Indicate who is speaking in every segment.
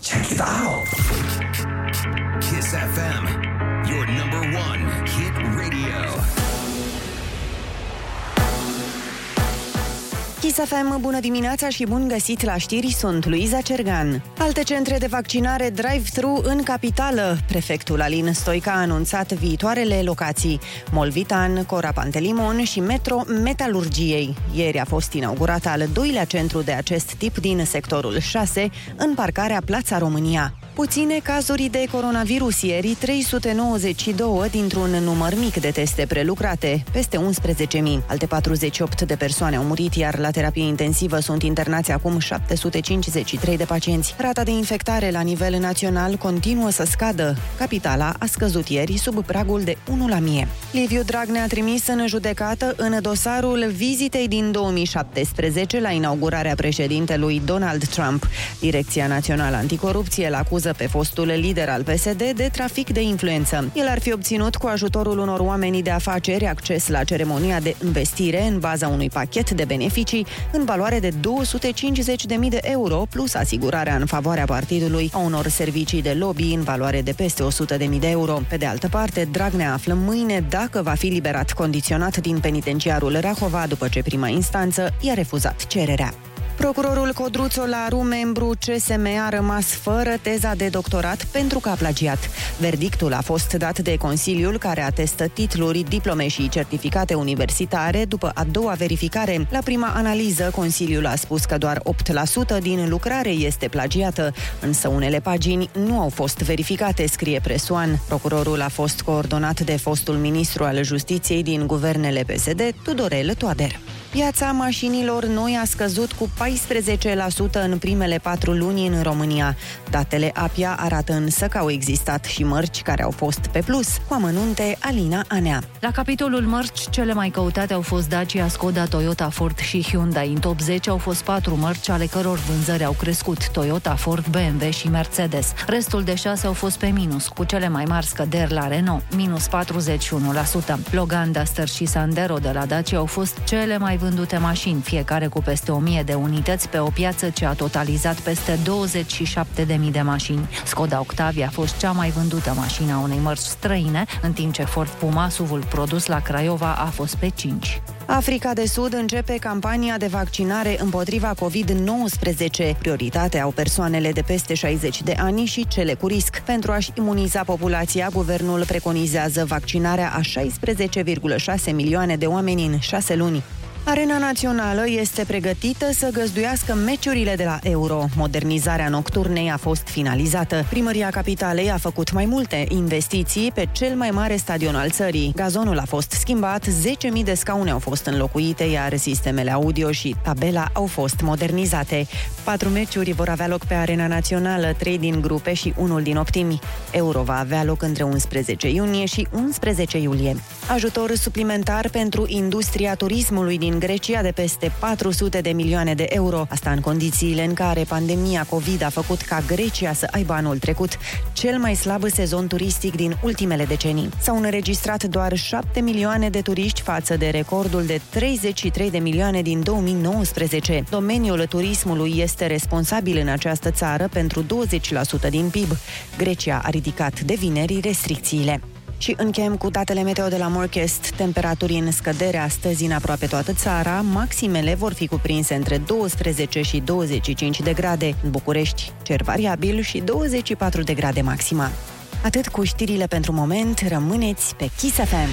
Speaker 1: style.
Speaker 2: Kiss FM, your number one hit radio.
Speaker 3: Kiss FM, bună dimineața și bun găsit la știri, sunt Luiza Cergan. Alte centre de vaccinare drive-thru în capitală. Prefectul Alin Stoica a anunțat viitoarele locații. Molvitan, Cora Pantelimon și Metro Metalurgiei. Ieri a fost inaugurat al doilea centru de acest tip din sectorul 6, în parcarea Plața România. Puține cazuri de coronavirus ieri, 392 dintr-un număr mic de teste prelucrate, peste 11.000. Alte 48 de persoane au murit, iar la terapie intensivă sunt internați acum 753 de pacienți. Rata de infectare la nivel național continuă să scadă. Capitala a scăzut ieri sub pragul de 1 la 1000. Liviu Dragnea a trimis în judecată în dosarul vizitei din 2017 la inaugurarea președintelui Donald Trump. Direcția Națională Anticorupție l acuză pe fostul lider al PSD de trafic de influență. El ar fi obținut cu ajutorul unor oameni de afaceri acces la ceremonia de investire în baza unui pachet de beneficii în valoare de 250.000 de euro, plus asigurarea în favoarea partidului a unor servicii de lobby în valoare de peste 100.000 de euro. Pe de altă parte, Dragnea află mâine dacă va fi liberat condiționat din penitenciarul Rahova după ce prima instanță i-a refuzat cererea. Procurorul Codruț Olaru, membru CSM, a rămas fără teza de doctorat pentru că a plagiat. Verdictul a fost dat de Consiliul care atestă titluri, diplome și certificate universitare după a doua verificare. La prima analiză, Consiliul a spus că doar 8% din lucrare este plagiată, însă unele pagini nu au fost verificate, scrie Presoan. Procurorul a fost coordonat de fostul ministru al justiției din guvernele PSD, Tudorel Toader. Piața mașinilor noi a scăzut cu 14% în primele patru luni în România. Datele APIA arată însă că au existat și mărci care au fost pe plus, cu amănunte Alina Anea.
Speaker 4: La capitolul mărci, cele mai căutate au fost Dacia, Skoda, Toyota, Ford și Hyundai. În top 10 au fost patru mărci ale căror vânzări au crescut, Toyota, Ford, BMW și Mercedes. Restul de șase au fost pe minus, cu cele mai mari scăderi la Renault, minus 41%. Logan, Duster și Sandero de la Dacia au fost cele mai vândute mașini, fiecare cu peste 1000 de unități pe o piață ce a totalizat peste 27.000 de mașini. Skoda Octavia a fost cea mai vândută mașină a unei mărci străine, în timp ce Ford Puma, SUV-ul produs la Craiova, a fost pe 5.
Speaker 3: Africa de Sud începe campania de vaccinare împotriva COVID-19. Prioritate au persoanele de peste 60 de ani și cele cu risc. Pentru a-și imuniza populația, guvernul preconizează vaccinarea a 16,6 milioane de oameni în 6 luni. Arena Națională este pregătită să găzduiască meciurile de la Euro. Modernizarea nocturnei a fost finalizată. Primăria Capitalei a făcut mai multe investiții pe cel mai mare stadion al țării. Gazonul a fost schimbat, 10.000 de scaune au fost înlocuite, iar sistemele audio și tabela au fost modernizate. Patru meciuri vor avea loc pe Arena Națională, trei din grupe și unul din optimi. Euro va avea loc între 11 iunie și 11 iulie. Ajutor suplimentar pentru industria turismului din din Grecia de peste 400 de milioane de euro. Asta în condițiile în care pandemia COVID a făcut ca Grecia să aibă anul trecut cel mai slab sezon turistic din ultimele decenii. S-au înregistrat doar 7 milioane de turiști față de recordul de 33 de milioane din 2019. Domeniul turismului este responsabil în această țară pentru 20% din PIB. Grecia a ridicat de vineri restricțiile. Și încheiem cu datele meteo de la Morchest. Temperaturi în scădere astăzi în aproape toată țara. Maximele vor fi cuprinse între 12 și 25 de grade. În București, cer variabil și 24 de grade maxima. Atât cu știrile pentru moment, rămâneți pe Kiss FM.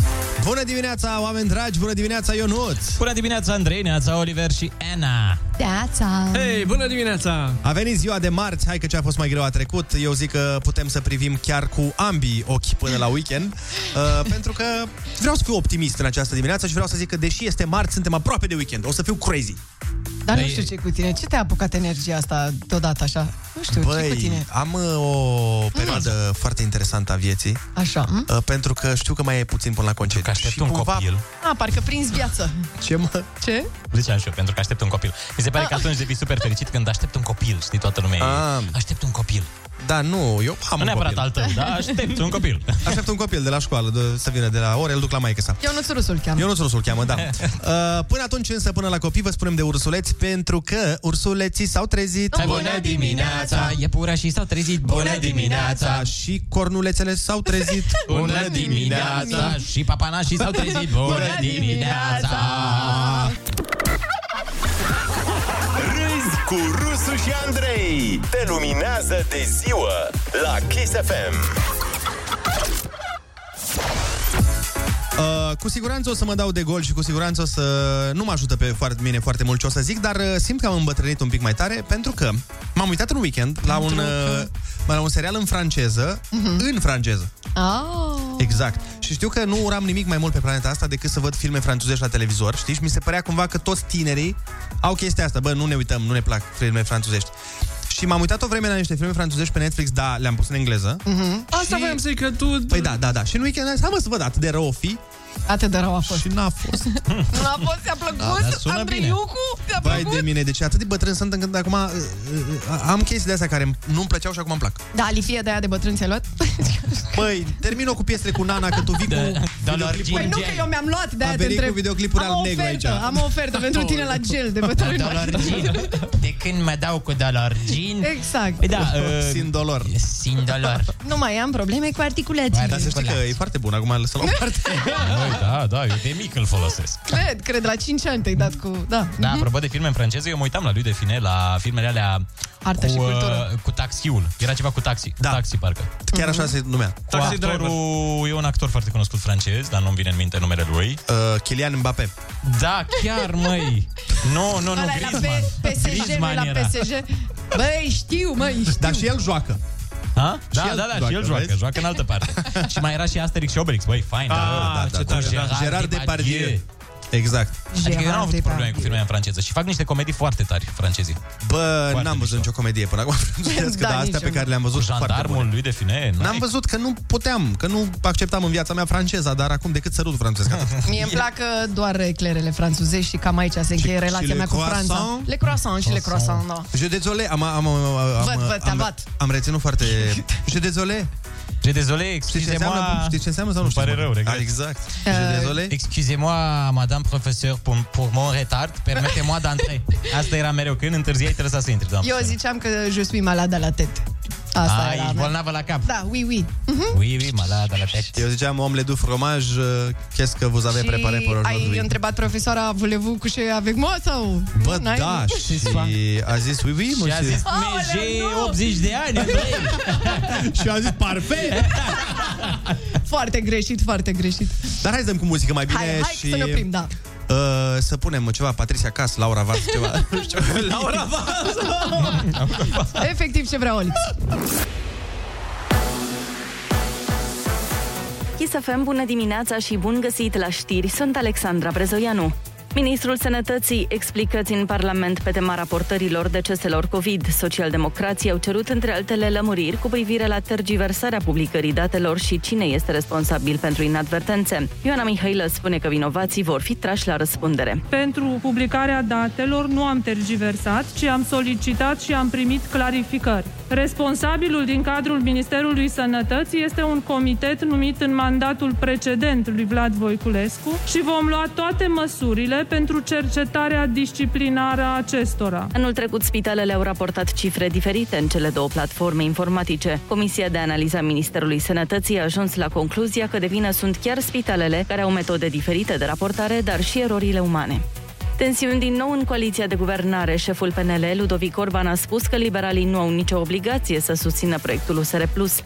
Speaker 5: Bună dimineața, oameni dragi! Bună dimineața, Ionuț!
Speaker 6: Bună dimineața, Andrei, neața, Oliver și Ana!
Speaker 7: Neața!
Speaker 8: Hei, bună dimineața!
Speaker 5: A venit ziua de marți, hai că ce a fost mai greu a trecut. Eu zic că putem să privim chiar cu ambii ochi până la weekend, uh, pentru că vreau să fiu optimist în această dimineață și vreau să zic că deși este marți, suntem aproape de weekend. O să fiu crazy!
Speaker 7: Dar nu știu ce cu tine, ce te-a apucat energia asta deodată așa?
Speaker 1: Nu știu, ce cu
Speaker 5: Băi,
Speaker 1: tine? Mm.
Speaker 5: am uh, o perioadă foarte interesantă a vieții,
Speaker 1: Așa, m?
Speaker 5: uh, pentru că știu că mai e puțin până la concediu.
Speaker 9: Că aștept un copil.
Speaker 1: A, parcă prins viață.
Speaker 5: Ce mă...
Speaker 1: Ce?
Speaker 9: Ziceam și eu, pentru că aștept un copil. Mi se pare că atunci devii super fericit când aștept un copil, știi, toată lumea.
Speaker 5: Ah.
Speaker 9: e, Aștept un copil.
Speaker 5: Da, nu, eu am
Speaker 9: Nu
Speaker 5: un
Speaker 9: neapărat
Speaker 5: copil.
Speaker 9: al tău, dar aștept un copil.
Speaker 5: Aștept un copil de la școală, de, să vină de la ore, îl duc la maică sa.
Speaker 1: Eu nu țurusul cheamă.
Speaker 5: Eu nu ursul cheamă, da. Uh, până atunci însă, până la copii, vă spunem de ursuleți, pentru că ursuleții s-au trezit.
Speaker 1: Bună dimineața!
Speaker 9: Iepura și s-au trezit Bună
Speaker 5: Da, și cornulețele s-au trezit.
Speaker 9: Și papanașii s-au trezit
Speaker 1: Bună dimineața!
Speaker 10: Râzi cu Rusu și Andrei.
Speaker 2: Te luminează de ziua la Kiss FM.
Speaker 5: Uh, cu siguranță o să mă dau de gol și cu siguranță o să nu mă ajută pe foarte, mine foarte mult ce o să zic, dar uh, simt că am îmbătrânit un pic mai tare pentru că m-am uitat în weekend la un, uh, la un serial în franceză, în franceză.
Speaker 1: Ah.
Speaker 5: Exact. Și știu că nu uram nimic mai mult pe planeta asta decât să văd filme franțuzești la televizor, știi? Și mi se părea cumva că toți tinerii au chestia asta. Bă, nu ne uităm, nu ne plac filme franțuzești. Și m-am uitat o vreme la niște filme franțuzești pe Netflix, da, le-am pus în engleză.
Speaker 1: Mhm.
Speaker 7: Asta voiam să-i că tu...
Speaker 5: Păi da, da, da. Și în weekend am zis, hai mă să văd atât de rău o fi.
Speaker 1: Atât de rău a fost.
Speaker 5: Și n-a fost.
Speaker 1: Nu a fost, ți-a plăcut?
Speaker 9: Da, dar sună
Speaker 1: Andreiucu? Ți-a
Speaker 5: Vai
Speaker 1: plăcut?
Speaker 5: de mine, deci atât de bătrân sunt încât acum uh, uh, am chestii de astea care nu-mi plăceau și acum îmi plac.
Speaker 1: Da, alifie de aia de bătrân ți-ai luat?
Speaker 5: Băi, termină cu piesele cu Nana, că tu
Speaker 9: Da,
Speaker 5: vii cu...
Speaker 9: Dar
Speaker 1: Păi nu, că eu mi-am luat de
Speaker 5: A
Speaker 1: aia te
Speaker 5: venit cu
Speaker 1: întreb.
Speaker 5: videoclipuri
Speaker 1: am
Speaker 5: alb
Speaker 1: o
Speaker 5: negru
Speaker 1: ofertă,
Speaker 5: aici.
Speaker 1: Am o ofertă pentru tine la gel de bătrân.
Speaker 9: De când mă dau cu dolorgin
Speaker 1: Exact.
Speaker 9: Păi da,
Speaker 5: Sin dolor.
Speaker 9: Sin dolor
Speaker 1: Nu mai am probleme cu articulații.
Speaker 5: Dar să știi că e foarte bun, acum lăsăm
Speaker 1: Da.
Speaker 5: la o parte.
Speaker 9: Băi, da, da, eu de mic îl folosesc
Speaker 1: Cred, cred, la 5 ani te-ai dat cu... Da.
Speaker 9: Da, apropo de filme în franceză, eu mă uitam la lui de fine, la filmele alea
Speaker 1: Artă și
Speaker 9: cu, uh,
Speaker 1: cultură.
Speaker 9: cu taxiul. Era ceva cu taxi,
Speaker 5: Da.
Speaker 9: da. taxi parcă.
Speaker 5: Chiar așa se numea.
Speaker 9: Cu
Speaker 7: Taxi
Speaker 9: actorul, e un actor foarte cunoscut francez, dar nu-mi vine în minte numele lui.
Speaker 5: Uh, Kylian Mbappé.
Speaker 9: Da, chiar, măi! Nu, nu, nu,
Speaker 1: Ăla e la
Speaker 9: Griezmann.
Speaker 1: P- PSG, nu e
Speaker 9: Griezmann
Speaker 1: la
Speaker 9: era.
Speaker 1: PSG. Băi, știu, măi, știu.
Speaker 5: Dar și el joacă.
Speaker 9: Ha? Da,
Speaker 5: Și
Speaker 9: da,
Speaker 5: el
Speaker 9: da,
Speaker 5: joacă,
Speaker 9: și el joacă,
Speaker 5: vezi?
Speaker 9: joacă în altă parte. și mai era și Asterix și Obelix, băi, fain.
Speaker 7: Ah,
Speaker 9: da,
Speaker 7: ce
Speaker 9: cu
Speaker 7: tare, da.
Speaker 5: Gerard Depardieu. Exact.
Speaker 9: Adică eu n-am avut
Speaker 1: Gerard
Speaker 9: probleme
Speaker 1: Depardieu.
Speaker 9: cu filmele în franceză și fac niște comedii foarte tari francezii.
Speaker 5: Bă,
Speaker 9: Foarte
Speaker 5: n-am văzut
Speaker 9: mișto.
Speaker 5: nicio comedie până acum. Franțuzească,
Speaker 1: Da,
Speaker 5: dar astea
Speaker 1: nici
Speaker 5: pe
Speaker 1: eu
Speaker 5: care le-am
Speaker 9: Cu
Speaker 5: văzut sunt foarte bune.
Speaker 9: jandarmul lui de fine,
Speaker 5: N-am
Speaker 9: n-ai-
Speaker 5: văzut că nu puteam, că nu acceptam în viața mea franceza, dar acum decât sărut francesc. atât.
Speaker 1: Mie îmi plac uh, doar eclerele franțuzești și cam aici se încheie
Speaker 5: și
Speaker 1: relația
Speaker 5: le
Speaker 1: mea cu
Speaker 5: croissant?
Speaker 1: Franța. Le croissant și le croissant, da.
Speaker 5: Je désolé, am, am, am, am,
Speaker 1: Văd, văd, te-am
Speaker 5: am,
Speaker 1: luat.
Speaker 5: am reținut foarte... Je désolé.
Speaker 9: Je désolé,
Speaker 5: Știi ce,
Speaker 9: excusez-moi.
Speaker 5: înseamnă, știi ce înseamnă sau nu
Speaker 9: Îmi
Speaker 5: știi?
Speaker 9: pare rău, regret.
Speaker 5: Ah, exact. Je désolé.
Speaker 9: Excusez-moi, madame profesor, pour, pour mon retard, permette-moi d'entrer. Asta era mereu, când întârziai trebuia să
Speaker 5: Da,
Speaker 9: intri, doamnă.
Speaker 1: da. Eu ziceam că je suis malada la tête. Asta
Speaker 5: Ah,
Speaker 9: A,
Speaker 1: era a
Speaker 9: ești
Speaker 1: mea.
Speaker 9: bolnavă la cap.
Speaker 1: Da, oui, oui.
Speaker 9: Oui, oui, malade la tête.
Speaker 5: Eu ziceam, omle du fromage, euh, qu'est-ce que vous avez préparé pour
Speaker 1: ai
Speaker 5: aujourd'hui?
Speaker 1: întrebat profesoara, voulez-vous coucher avec moi sau?
Speaker 5: Bă,
Speaker 1: N-ai-
Speaker 5: da, și a zis, oui, oui,
Speaker 9: Și a
Speaker 5: monsieur.
Speaker 9: zis, mais j'ai 80 de ani, Andrei.
Speaker 5: Și a zis, parfait.
Speaker 1: Foarte greșit, foarte greșit.
Speaker 5: Dar hai să dăm cu muzică mai bine
Speaker 1: Hai, hai
Speaker 5: și
Speaker 1: să ne oprim, da.
Speaker 5: uh, să punem ceva Patricia Cas, Laura Vaz, ceva. Nu știu. Laura Vaz.
Speaker 1: Efectiv ce vrea Olix.
Speaker 8: Chisafem, bună dimineața și bun găsit la știri. Sunt Alexandra Brezoianu. Ministrul Sănătății explică în Parlament pe tema raportărilor deceselor COVID. Socialdemocrații au cerut între altele lămuriri cu privire la tergiversarea publicării datelor și cine este responsabil pentru inadvertențe. Ioana Mihailă spune că vinovații vor fi trași la răspundere.
Speaker 7: Pentru publicarea datelor nu am tergiversat, ci am solicitat și am primit clarificări. Responsabilul din cadrul Ministerului Sănătății este un comitet numit în mandatul precedent lui Vlad Voiculescu și vom lua toate măsurile pentru cercetarea disciplinară a acestora.
Speaker 8: Anul trecut, spitalele au raportat cifre diferite în cele două platforme informatice. Comisia de analiză a Ministerului Sănătății a ajuns la concluzia că de vină sunt chiar spitalele care au metode diferite de raportare, dar și erorile umane. Tensiuni din nou în coaliția de guvernare. Șeful PNL, Ludovic Orban, a spus că liberalii nu au nicio obligație să susțină proiectul USR+,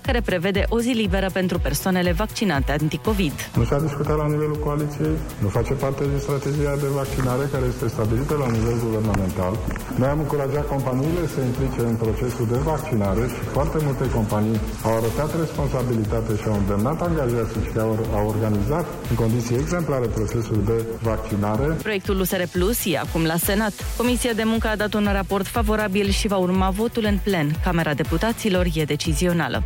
Speaker 8: care prevede o zi liberă pentru persoanele vaccinate anticovid.
Speaker 7: Nu s-a discutat la nivelul coaliției, nu face parte din strategia de vaccinare care este stabilită la nivel guvernamental. Noi am încurajat companiile să se implice în procesul de vaccinare și foarte multe companii au arătat responsabilitate și au îndemnat angajații și au, au organizat în condiții exemplare procesul de vaccinare.
Speaker 8: Proiectul USR Plus e acum la Senat. Comisia de Muncă a dat un raport favorabil și va urma votul în plen. Camera Deputaților e decizională.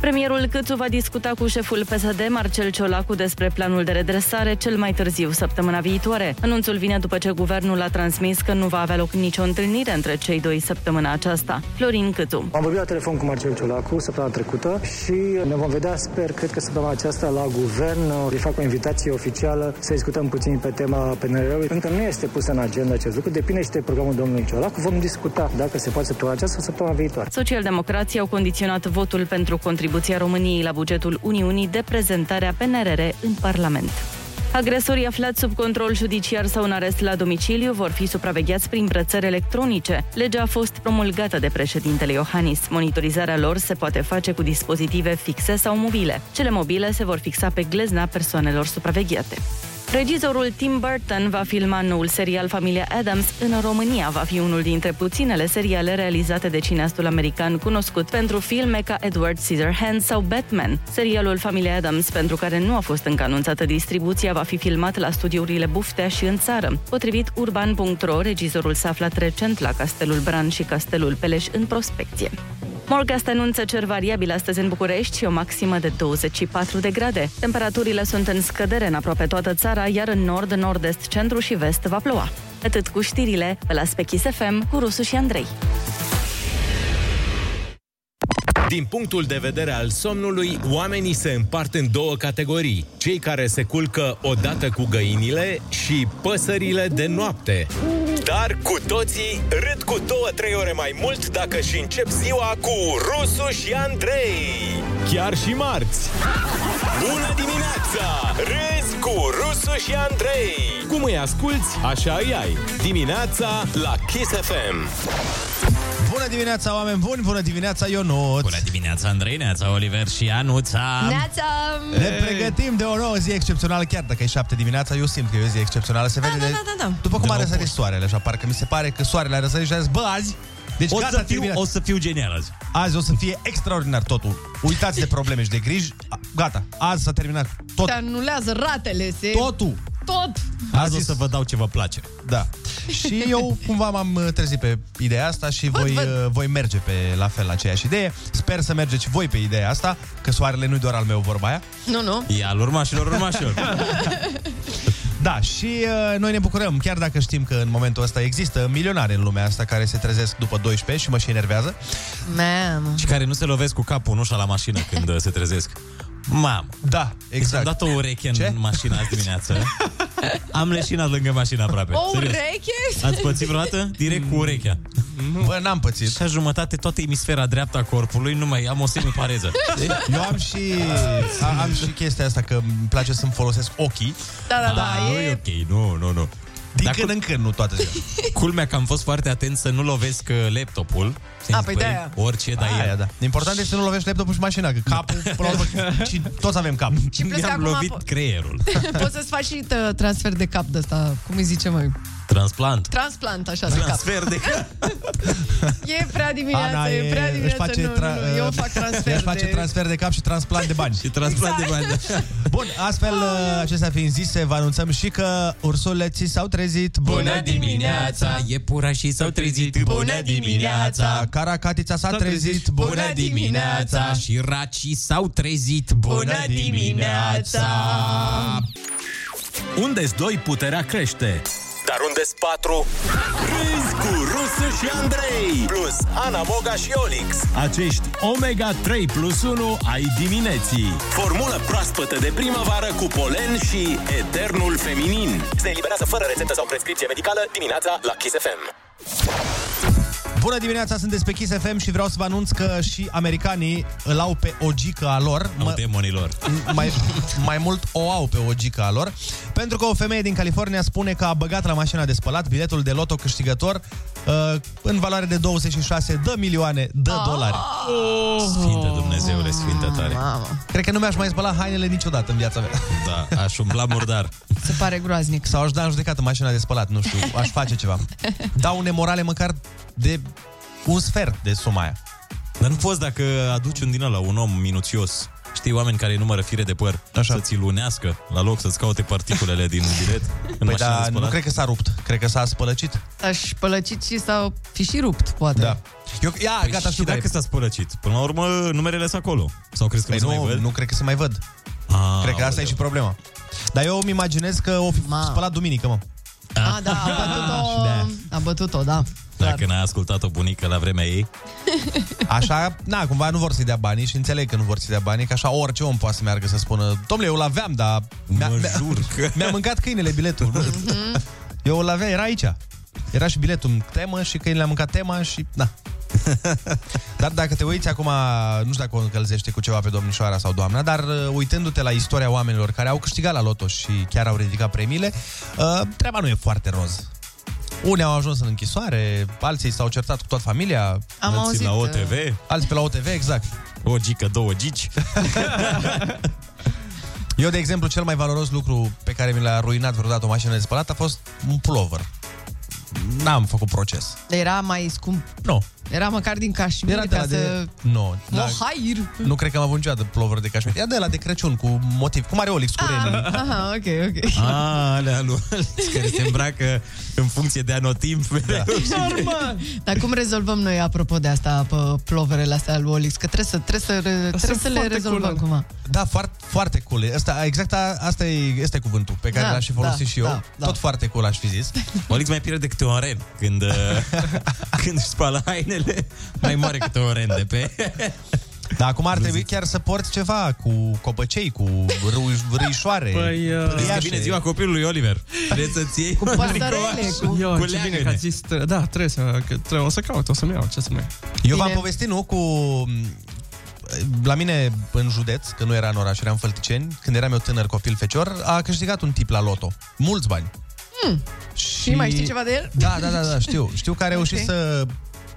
Speaker 8: Premierul Câțu va discuta cu șeful PSD, Marcel Ciolacu, despre planul de redresare cel mai târziu, săptămâna viitoare. Anunțul vine după ce guvernul a transmis că nu va avea loc nicio întâlnire între cei doi săptămâna aceasta. Florin Câțu.
Speaker 11: Am vorbit la telefon cu Marcel Ciolacu săptămâna trecută și ne vom vedea, sper, cred că săptămâna aceasta la guvern. Îi fac o invitație oficială să discutăm puțin pe tema PNR-ului. Încă nu este pus în agenda acest lucru, depinde și de programul domnului Ciolacu. Vom discuta dacă se poate săptămâna aceasta sau săptămâna viitoare.
Speaker 8: Socialdemocrații au condiționat votul pentru contribuția României la bugetul Uniunii de prezentarea PNRR în Parlament. Agresorii aflați sub control judiciar sau în arest la domiciliu vor fi supravegheați prin brățări electronice. Legea a fost promulgată de președintele Iohannis. Monitorizarea lor se poate face cu dispozitive fixe sau mobile. Cele mobile se vor fixa pe glezna persoanelor supravegheate. Regizorul Tim Burton va filma noul serial Familia Adams în România. Va fi unul dintre puținele seriale realizate de cineastul american cunoscut pentru filme ca Edward Scissorhands sau Batman. Serialul Familia Adams, pentru care nu a fost încă anunțată distribuția, va fi filmat la studiourile Buftea și în țară. Potrivit urban.ro, regizorul s-a aflat recent la Castelul Bran și Castelul Peleș în prospecție. Morgast anunță cer variabil astăzi în București și o maximă de 24 de grade. Temperaturile sunt în scădere în aproape toată țara, iar în nord, nord-est, centru și vest va ploua. Atât cu știrile, vă las pe Kiss FM cu Rusu și Andrei.
Speaker 2: Din punctul de vedere al somnului, oamenii se împart în două categorii. Cei care se culcă odată cu găinile și păsările de noapte. Dar cu toții râd cu două, trei ore mai mult dacă și încep ziua cu Rusu și Andrei. Chiar și marți. Bună dimineața! Râzi cu Rusu și Andrei. Cum îi asculți, așa îi ai. Dimineața la Kiss FM.
Speaker 5: Bună dimineața, oameni buni! Bună dimineața, Ionut! Bună
Speaker 9: dimineața, Andrei, neața, Oliver și Anuța!
Speaker 1: Neața!
Speaker 5: Ne pregătim de o nouă zi excepțională, chiar dacă e 7 dimineața, eu simt că e o zi excepțională. Se vede da, de... da, da, da. După cum a răsărit soarele, așa, parcă mi se pare că soarele a răsărit și a zis, bă, azi... Deci
Speaker 9: O
Speaker 5: gata,
Speaker 9: să fiu-
Speaker 5: terminat."
Speaker 9: o să fiu genial azi.
Speaker 5: Azi o să fie extraordinar totul. Uitați de probleme și de griji. A, Gata, azi s-a terminat tot.
Speaker 1: Se anulează ratele, se...
Speaker 5: Totul!
Speaker 1: Tot!
Speaker 5: Azi o să vă dau ce vă place. Da. Și eu cumva m-am uh, trezit pe ideea asta și voi, uh, voi merge pe la fel la aceeași idee. Sper să mergeți voi pe ideea asta, că soarele nu-i doar al meu vorba aia.
Speaker 1: Nu, nu.
Speaker 5: E al urmașilor
Speaker 9: urmașilor.
Speaker 5: da, și uh, noi ne bucurăm, chiar dacă știm că în momentul ăsta există milionare în lumea asta care se trezesc după 12 și mă și enervează.
Speaker 1: Mamă.
Speaker 9: Și care nu se lovesc cu capul în ușa la mașină când uh, se trezesc. Mamă.
Speaker 5: Da,
Speaker 9: exact. Deci am dat o ureche Ce? în mașină azi dimineață. am leșinat lângă mașină aproape.
Speaker 1: O
Speaker 9: Serios.
Speaker 1: ureche?
Speaker 9: Ați pățit vreodată? Direct cu urechea.
Speaker 5: Bă, n-am pățit.
Speaker 9: Și a jumătate toată emisfera dreapta a corpului, nu mai am o semipareză.
Speaker 5: Deci,
Speaker 9: Da.
Speaker 5: Eu am și, a, am și chestia asta că îmi place să-mi folosesc ochii.
Speaker 1: Da, da, da,
Speaker 9: Ah, nu
Speaker 1: e-
Speaker 9: e ok, nu, nu, nu. Din Dacă... când
Speaker 5: în când, nu toată ziua.
Speaker 9: Culmea că am fost foarte atent să nu lovesc uh, laptopul.
Speaker 5: A,
Speaker 9: Am zis, "Băi,
Speaker 5: păi de-aia."
Speaker 9: Orice, da,
Speaker 5: Aia,
Speaker 9: e.
Speaker 5: da. Important este să nu lovești laptopul și mașina, că capul, până la urmă, și toți avem cap. Și
Speaker 1: plus că
Speaker 9: Da. Mi-am
Speaker 1: acum
Speaker 9: lovit
Speaker 1: po-
Speaker 9: creierul.
Speaker 1: Poți să-ți faci și uh, transfer de cap de asta, cum îi zice mai?
Speaker 9: Transplant.
Speaker 1: Transplant, așa, de
Speaker 9: Transfer de cap.
Speaker 1: cap. E prea dimineață, e prea dimineață, nu, nu, nu,
Speaker 5: uh,
Speaker 1: eu fac transfer
Speaker 5: își face
Speaker 1: de...
Speaker 5: transfer de cap și transplant de bani. și
Speaker 9: transplant Exact. de bani,
Speaker 5: Bun, astfel, uh, acestea fiind zise, vă anunțăm și că ursuleții s-au trezit.
Speaker 9: Iepurașii s-au trezit
Speaker 5: Caracatița s-a trezit.
Speaker 9: Și racii s-au trezit Bună
Speaker 2: unde doi puterea crește. Dar unde patru? Râzi cu Rusu și Andrei, plus Ana Moga și Olix.
Speaker 12: Acești Omega 3 plus 1 ai dimineții.
Speaker 2: Formulă proaspătă de primăvară cu polen și eternul feminin. Se eliberează fără rețetă sau prescripție medicală dimineața la Kiss FM.
Speaker 5: Bună dimineața, sunteți pe Kiss FM și vreau să vă anunț că și americanii îl au pe o gică a lor.
Speaker 9: Au demonilor.
Speaker 5: mai, mai mult o au pe o gică a lor. Pentru că o femeie din California spune că a băgat la mașina de spălat biletul de loto câștigător uh, în valoare de 26 de milioane de dolari.
Speaker 9: Sfinte Dumnezeule, sfinte tare
Speaker 5: Cred că nu mi-aș mai spăla hainele niciodată în viața mea.
Speaker 9: Da, aș umbla murdar.
Speaker 1: Se pare groaznic.
Speaker 5: Sau aș da în judecată mașina de spălat, nu știu, aș face ceva. Daune morale măcar de un sfert de suma aia.
Speaker 9: Dar nu poți dacă aduci un din la un om minuțios Știi, știi oameni care îi numără fire de păr Așa. să ți lunească la loc să-ți caute particulele din bilet în
Speaker 5: Păi
Speaker 9: mașina de
Speaker 5: da,
Speaker 9: spălat.
Speaker 5: nu cred că s-a rupt. Cred că s-a spălăcit.
Speaker 1: S-a șpălăcit și s-a fi și rupt, poate.
Speaker 5: Da. Eu, ia,
Speaker 9: Păi
Speaker 5: gata,
Speaker 9: și
Speaker 5: știu
Speaker 9: dacă
Speaker 5: care e.
Speaker 9: s-a spălăcit. Până la urmă, numerele sunt acolo. Sau crezi că
Speaker 5: Păi
Speaker 9: nu, se
Speaker 5: nu,
Speaker 9: mai văd?
Speaker 5: nu cred că se mai văd.
Speaker 9: Ah,
Speaker 5: Cred că asta e și problema. Dar eu îmi imaginez că o fi spălat duminică, mă.
Speaker 1: A, da, a bătut-o, a bătut-o, da.
Speaker 9: Dacă n-ai ascultat-o bunică la vremea ei,
Speaker 5: Așa, na, cumva nu vor să-i dea banii și înțeleg că nu vor să-i dea banii, că așa orice om poate să meargă să spună Domnule, eu l-aveam, dar mi-a, mi-a, mi-a mâncat câinele biletul. Nu?
Speaker 1: Mhm.
Speaker 5: eu l-aveam, era aici. Era și biletul în temă și câinele a mâncat tema și, na. dar dacă te uiți acum, nu știu dacă o încălzește cu ceva pe domnișoara sau doamna, dar uh, uitându-te la istoria oamenilor care au câștigat la loto și chiar au ridicat premiile, uh, treaba nu e foarte roz. Unii au ajuns în închisoare, alții s-au certat cu toată familia.
Speaker 1: Am Alții auzit, la uh, OTV.
Speaker 5: Alții pe la OTV, exact.
Speaker 9: O gică, două gici.
Speaker 5: Eu, de exemplu, cel mai valoros lucru pe care mi l-a ruinat vreodată o mașină de spălat a fost un pulover. N-am făcut proces.
Speaker 1: Era mai scump.
Speaker 5: Nu.
Speaker 1: Era măcar din cașmir
Speaker 5: Era de
Speaker 1: ca
Speaker 5: la
Speaker 1: să...
Speaker 5: de... Nu. da.
Speaker 1: Mohair.
Speaker 5: Nu cred că am avut niciodată pulover de cașmir. Era de la de Crăciun, cu motiv. Cum are Olix cu renii.
Speaker 1: Aha, ok, ok.
Speaker 5: Ah.
Speaker 9: A,
Speaker 5: Da,
Speaker 9: alea lui Alex, care se îmbracă în funcție de anotimp. Da.
Speaker 1: Normal. Dar cum rezolvăm noi, apropo de asta, pe ploverele astea lui Olix? Că trebuie să, trebuie să, re- trebuie să le
Speaker 5: foarte
Speaker 1: rezolvăm
Speaker 5: cool.
Speaker 1: cumva.
Speaker 5: Da, foarte, foarte cool. Asta, exact a- asta e, este cuvântul pe care
Speaker 1: Da,
Speaker 5: l-aș fi folosit
Speaker 1: da,
Speaker 5: și eu.
Speaker 1: da, da.
Speaker 5: Tot foarte cool aș fi zis.
Speaker 9: Olix mai pierde câte un ren când, uh, când își spală hainele. Mai mare câte un ren de pe...
Speaker 5: Dar Da, acum ar trebui chiar să porți ceva cu copăcei, cu râu- râișoare.
Speaker 9: Păi, uh,
Speaker 5: Ia
Speaker 9: vine ziua copilului Oliver. Trebuie să-ți iei cu
Speaker 1: pastarele, cu-
Speaker 13: Ia,
Speaker 9: cu
Speaker 13: ce bine
Speaker 9: leagăne.
Speaker 13: că ați zis, tre- da, trebuie să, că trebuie, o să caut, o să-mi iau, ce să mai...
Speaker 5: Eu v-am povestit, nu, cu... mm, La mine, în județ, că nu era în oraș, era în Fălticeni, când eram eu tânăr copil fecior, a câștigat un tip la loto. Mulți bani.
Speaker 1: Hmm. Și mai știi ceva de el?
Speaker 5: Da, da, da, da știu. Știu că a reușit
Speaker 1: Ok.
Speaker 5: okay. să...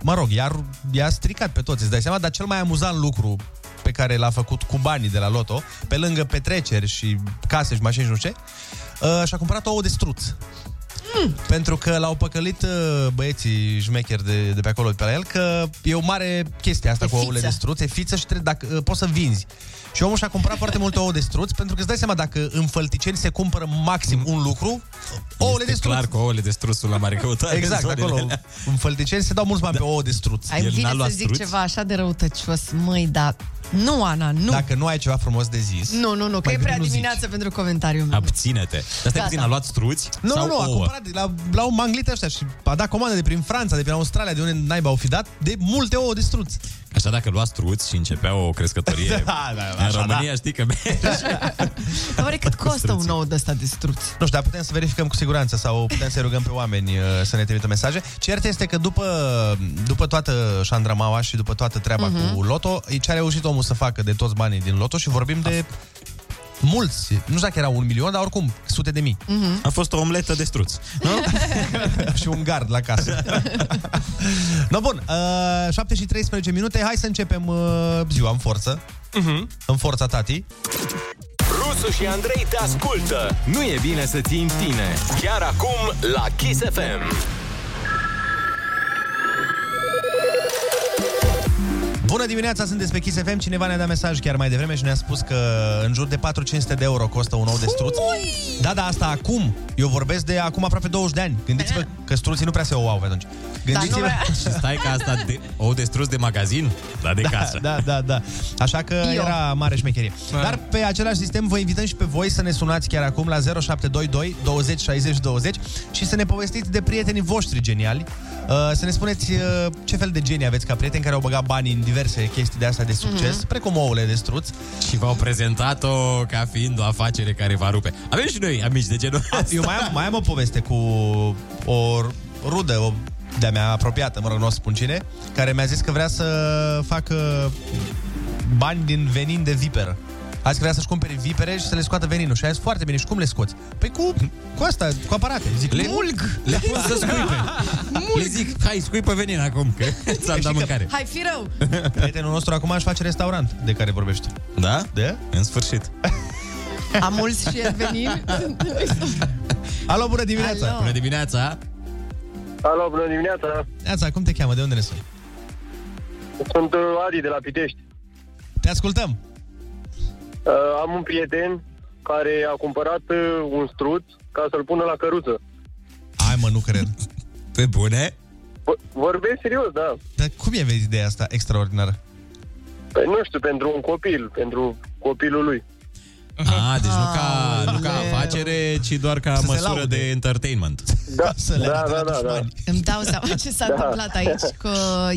Speaker 5: Mă rog, i-a, i-a stricat pe toți, îți dai seama, dar cel mai amuzant lucru pe care l-a făcut cu banii de la loto, pe lângă petreceri și case și mașini și nu știu ce, uh, și-a cumpărat ouă de struț.
Speaker 1: Mm.
Speaker 5: Pentru că l-au păcălit uh, băieții șmecheri de, de pe acolo, de pe la el, că e o mare chestie asta
Speaker 14: E
Speaker 5: cu ouăle
Speaker 14: fiță.
Speaker 5: de struț, e fiță și trebuie, dacă, uh, poți să vinzi. Și omul și-a cumpărat foarte multe ouă de struț, pentru că îți dai seama, dacă în fălticeni se cumpără maxim un lucru, ouăle de
Speaker 9: Este
Speaker 5: struț.
Speaker 9: clar că ouăle de struț sunt la mare căutare.
Speaker 5: Exact,
Speaker 9: în zonele
Speaker 5: acolo.
Speaker 9: alea. Da.
Speaker 5: În fălticeni se dau mulți bani pe ouă de struț.
Speaker 1: Ai vine să zic ceva așa de răutăcios, măi, dar... Nu, Ana, nu.
Speaker 5: Dacă nu ai ceva frumos de zis,
Speaker 1: Nu, nu, nu, că
Speaker 5: Mai
Speaker 1: e
Speaker 5: bine
Speaker 1: prea
Speaker 5: nu zici.
Speaker 1: dimineață Da, pentru comentariul meu.
Speaker 9: Abține-te. Dar stai
Speaker 1: Gata.
Speaker 9: puțin, a luat struți
Speaker 5: nu,
Speaker 9: sau
Speaker 5: nu, nu, a
Speaker 9: ouă?
Speaker 5: cumpărat de la, la un manglit ăștia și a dat comandă de prin Franța, de prin Australia, de unde naiba au fi dat, de multe ouă de struț.
Speaker 9: Așa dacă lua struți și începea o crescătorie
Speaker 5: Da, da, da,
Speaker 9: în
Speaker 5: așa,
Speaker 9: România, știi că
Speaker 1: Oare cât costă un ou de ăsta de struț?
Speaker 5: Nu știu, dar putem să verificăm cu siguranță sau putem să rugăm pe oameni uh, să ne trimită mesaje. Cert este că după, după toată șandramaua și după toată treaba
Speaker 1: Mhm.
Speaker 5: uh-huh. cu loto, e ce a reușit omul să facă de toți banii din loto și vorbim de mulți. Nu știu dacă era un milion, dar oricum, sute de mii.
Speaker 1: Mhm.
Speaker 9: A fost o omletă de struț.
Speaker 5: și un gard la casă. no, bun, uh, 7 și 13 minute, hai să începem uh, ziua în forță.
Speaker 9: Mhm.
Speaker 5: Uh-huh. În forța tati.
Speaker 2: Rusu și Andrei te ascultă. Nu e bine să ții în tine. Chiar acum la Kiss FM.
Speaker 5: Bună dimineața, sunt despre Kiss FM. Cineva ne-a dat mesaj chiar mai devreme și ne-a spus că în jur de 4-500 de euro costă un ou de struț. Da, da, asta acum. Eu vorbesc de acum aproape 20 de ani. Gândiți-vă că struții nu prea se ouau pe atunci. Gândiți-vă...
Speaker 9: Și stai că asta de, ou de struț de magazin, dar de
Speaker 5: da,
Speaker 9: casă.
Speaker 5: Da, da, da. Așa că
Speaker 9: Eu.
Speaker 5: Eu. era mare șmecherie. Dar pe același sistem vă invităm și pe voi să ne sunați chiar acum la 0722 20 60 20 și să ne povestiți de prietenii voștri geniali. Uh, să ne spuneți uh, ce fel de genii aveți ca prieteni care au băgat banii în diverse chestii de astea de succes,
Speaker 9: Mhm.
Speaker 5: precum ouăle de struț.
Speaker 9: Și v-au prezentat-o ca fiind o afacere care va rupe. Avem și noi amici de genul ăsta.
Speaker 5: Eu mai am, mai am o poveste cu o rudă, o de-a mea apropiată, mă rog, nu o spun cine, care mi-a zis că vrea să facă bani din venin de viperă. Azi că vrea să-și cumpere vipere și să le scoată veninul. Și a zis foarte bine, și cum le scoți? Păi cu, cu asta, cu aparate. Zic,
Speaker 9: Le-
Speaker 5: mulg!
Speaker 9: Le pun să scuipe. Le zic, hai, scuipă venin acum, că ți-am dat mâncare.
Speaker 1: Hai, fi rău!
Speaker 5: Prietenul nostru acum își face restaurant de care vorbești.
Speaker 9: Da?
Speaker 5: De?
Speaker 9: În sfârșit.
Speaker 1: A mulți și el venim.
Speaker 5: Alo, bună dimineața!
Speaker 1: Alo.
Speaker 9: Bună dimineața!
Speaker 15: Alo, bună dimineața!
Speaker 5: Neața, cum te cheamă? De unde ne suni?
Speaker 15: Sunt uh, Adi de la Pitești.
Speaker 5: Te ascultăm!
Speaker 15: Uh, am un prieten care a cumpărat uh, un struț ca să-l pună la căruță.
Speaker 5: Hai mă, nu cred.
Speaker 9: Pe bune?
Speaker 15: V- vorbesc serios, da.
Speaker 5: Dar cum e vezi ideea asta extraordinară?
Speaker 15: Păi, nu știu, pentru un copil, pentru copilul lui.
Speaker 9: A, deci nu ca, nu ca afacere, ci doar ca
Speaker 15: Să se
Speaker 9: măsură
Speaker 15: laude.
Speaker 9: de entertainment.
Speaker 15: Da,
Speaker 9: da, da, da, da.
Speaker 1: Îmi dau seama ce s-a
Speaker 9: Da.
Speaker 1: întâmplat aici, că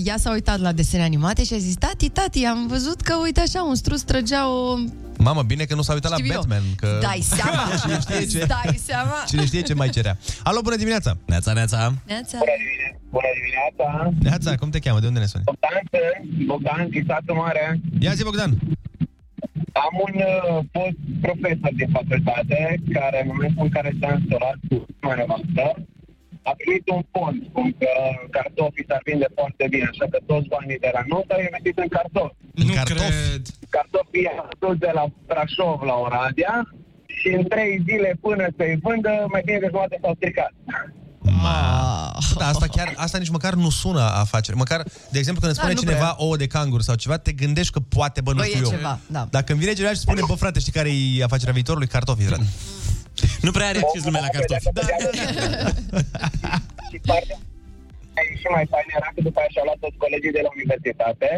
Speaker 1: ea s-a uitat la desene animate și a zis, tati, tati, am văzut că, uite așa, un strus trăgea o...
Speaker 5: Mamă, bine că nu s-a uitat
Speaker 1: Știu
Speaker 5: la
Speaker 1: eu.
Speaker 5: Batman. Că...
Speaker 1: Dai seama!
Speaker 5: Cine știe ce,
Speaker 1: Dai seama!
Speaker 5: cine știe ce mai cerea. Alo, bună dimineața!
Speaker 9: Neața, neața!
Speaker 1: Neața.
Speaker 14: Bună dimineața!
Speaker 5: Neața, cum te cheamă? De unde ne suni?
Speaker 14: Bogdan, din satul mare.
Speaker 5: Ia zi, Bogdan!
Speaker 14: Am un uh, fost profesor din facultate care, în momentul în care s-a însurat cu prima nevastă, a primit un fond, cum că cartofii s-ar vinde foarte bine, așa că toți banii de la notă au investit în cartofi.
Speaker 5: Nu cartofi.
Speaker 14: cred! Cartofii i-a dus de la Brașov la Oradea și în trei zile până să-i vândă, mai bine de jumătate s-au stricat.
Speaker 5: Da, asta chiar, asta nici măcar nu sună afacere. Măcar, de exemplu, când îți
Speaker 14: Da,
Speaker 5: spune
Speaker 14: nu
Speaker 5: cineva ouă de cangur sau ceva, te gândești că poate, bă, nu
Speaker 1: Bă, e
Speaker 5: știu eu.
Speaker 1: ceva, da.
Speaker 5: Dacă îmi vine cineva și spune, bă, frate, știi care e afacerea viitorului? Cartofii, frate.
Speaker 9: Nu prea are acces lumea la cartofi. Da,
Speaker 14: și partea mai- și mai fain era că după aia și-au luat toți colegii de la universitate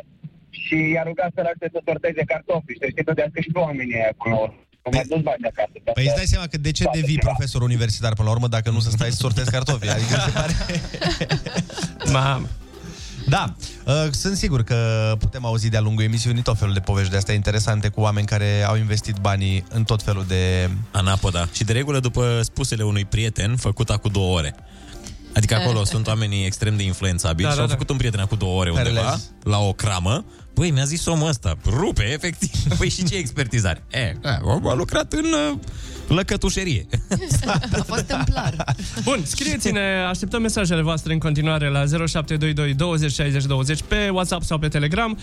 Speaker 14: și i-a rugat să lase să sorteze cartofii și să știi că de-a câștiu oamenii aia până la urmă. Nu mai dus bani de acasă.
Speaker 5: Păi îți dai seama că de ce devii profesor universitar până la urmă dacă nu să stai să sortezi cartofii? Adică se pare... Mamă. Da, uh, sunt sigur că putem auzi de-a lungul emisiunii tot felul de povești de astea interesante cu oameni care au investit banii în tot felul de...
Speaker 9: Anapoda. Și de regulă după spusele unui prieten făcut acum două ore. Adică acolo sunt oamenii extrem de
Speaker 13: Da,
Speaker 9: influențabili da,
Speaker 13: da,
Speaker 9: și au
Speaker 13: da.
Speaker 9: făcut un prieten acum două ore
Speaker 13: Care le-a
Speaker 9: undeva,
Speaker 13: zis?
Speaker 9: la o cramă. Băi, mi-a zis omul ăsta, rupe, efectiv. Păi și ce expertizare? E, da, omul a lucrat în uh, lăcătușerie.
Speaker 1: A fost templar.
Speaker 13: Bun, scrieți-ne, așteptăm mesajele voastre în continuare la 0722 20 60 20 pe WhatsApp sau pe Telegram.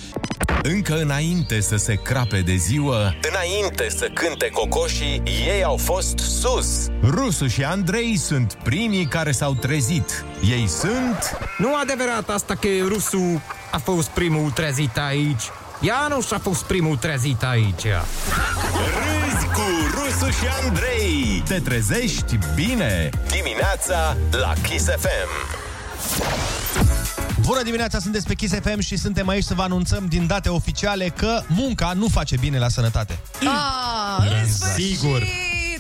Speaker 16: Încă înainte să se crape de ziua,
Speaker 2: Înainte să cânte cocoșii, ei au fost sus.
Speaker 16: Rusu și Andrei sunt primii care s-au trezit. Ei sunt...
Speaker 17: Nu adevărat asta că rusul a fost primul trezit aici. Ea nu și-a fost primul trezit aici.
Speaker 2: Râzi cu Rusu și Andrei.
Speaker 16: Te trezești bine!
Speaker 2: Dimineața la Kiss FM.
Speaker 5: Bună dimineața, sunteți pe Kiss FM și suntem aici să vă anunțăm din date oficiale că munca nu face bine la sănătate.
Speaker 1: Ah, în sfârșit!
Speaker 9: Sigur.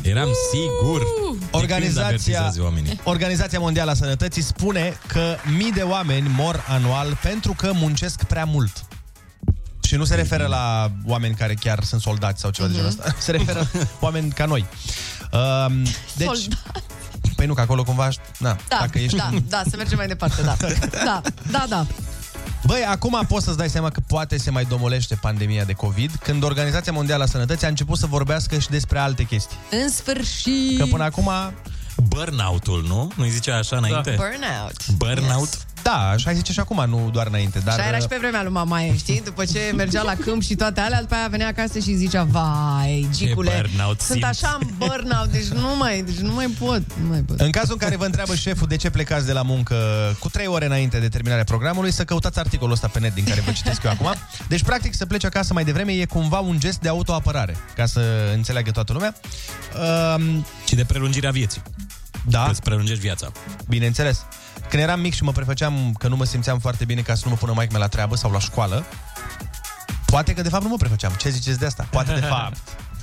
Speaker 9: Eram sigur. De când
Speaker 5: Organizația,
Speaker 9: avertizează oamenii.
Speaker 5: Organizația Mondială a Sănătății spune că mii de oameni mor anual pentru că muncesc prea mult. Și nu se referă la oameni care chiar sunt soldați sau ceva de
Speaker 1: Mhm.
Speaker 5: genul ăsta. Se referă la oameni ca noi. Um, deci, Păi nu, că acolo cumva... Na,
Speaker 1: Da,
Speaker 5: dacă ești...
Speaker 1: da, da, să mergem mai departe, da. Da, da, da.
Speaker 5: Băi, acum poți să-ți dai seama că poate se mai domolește pandemia de COVID, când Organizația Mondială a Sănătății a început să vorbească și despre alte chestii.
Speaker 1: În sfârșit!
Speaker 5: Că până acum...
Speaker 9: Burnout-ul, nu? Nu-i zicea așa înainte?
Speaker 1: Da. Burnout.
Speaker 9: Burnout?
Speaker 1: Yes.
Speaker 5: Da, așa zice și acum, nu doar înainte. Dar,
Speaker 1: Dar...
Speaker 9: uh,
Speaker 1: Și aia era și pe vremea lui mamaie, știi? După ce mergea la câmp și toate alea, după aia venea acasă și zicea, vai,
Speaker 5: Ce
Speaker 1: gicule,
Speaker 5: burnout
Speaker 1: sunt
Speaker 5: simți."
Speaker 1: așa în burnout, deci nu mai, deci nu mai pot. Nu mai pot.
Speaker 5: uh, În cazul în care vă întreabă șeful de ce plecați de la muncă cu 3 ore înainte de terminarea programului, să căutați articolul ăsta pe net din care vă citesc eu acum. Deci, practic, să pleci acasă mai devreme e cumva un gest de autoapărare, ca să înțeleagă toată lumea. Um,
Speaker 9: Și de prelungirea vieții.
Speaker 5: Da.
Speaker 9: Că îți prelungești viața.
Speaker 5: Bineînțeles. Când eram mic și mă prefăceam că nu mă simțeam foarte bine ca să nu mă pună mai la treabă sau la școală, poate că de fapt nu mă prefăceam. Ce ziceți de asta? Poate de fapt.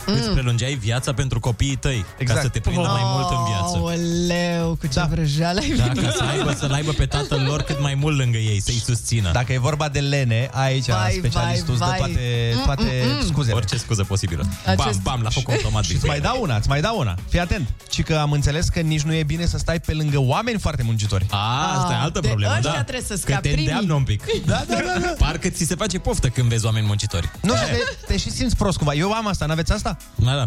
Speaker 9: Mm. Îți prelungeai viața pentru copiii tăi exact.
Speaker 5: Exact.
Speaker 9: Ca să te prindă mai mult în viață
Speaker 1: Aoleu, cu ce da. vrăjeală ai
Speaker 9: da, ca să aibă, să-l aibă pe tatăl lor cât mai mult lângă ei, să-i susțină.
Speaker 5: Dacă e vorba de lene, aici
Speaker 1: Vai,
Speaker 5: specialistul
Speaker 1: vai, vai.
Speaker 5: îți dă toate,
Speaker 1: Mm,
Speaker 5: toate
Speaker 1: mm, mm.
Speaker 5: scuzele.
Speaker 9: Orice scuză posibilă.
Speaker 5: Acest-
Speaker 9: Bam, bam, la foc automat.
Speaker 5: Și îți mai dau una, îți mai dau una. Fii atent. Și că am înțeles că nici nu e bine să stai pe lângă oameni foarte muncitori.
Speaker 9: A, asta e altă
Speaker 1: de
Speaker 9: problemă,
Speaker 1: ăștia
Speaker 9: da.
Speaker 1: trebuie să
Speaker 9: Că
Speaker 1: scapi
Speaker 9: te
Speaker 1: primii.
Speaker 9: îndeamnă un pic.
Speaker 5: Da, da, da, da.
Speaker 9: Parcă ți se face poftă când vezi oameni muncitori. Eh,
Speaker 5: Nu știu, te, te și simți prost cumva. Eu am asta, n-aveți asta?
Speaker 9: Da, da.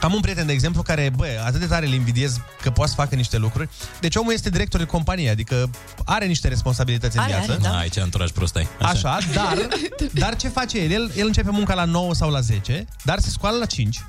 Speaker 5: Am un prieten, de exemplu, care, bă, atât de tare îl invidiez că poate să facă niște lucruri. Deci omul este director de companie, adică are niște responsabilități
Speaker 9: Are,
Speaker 5: în viață.
Speaker 9: are, da. Ai ce anturaj prost ai.
Speaker 5: Așa, Așa dar, dar ce face el? el? El începe munca la 9 sau la 10, dar se scoală la 5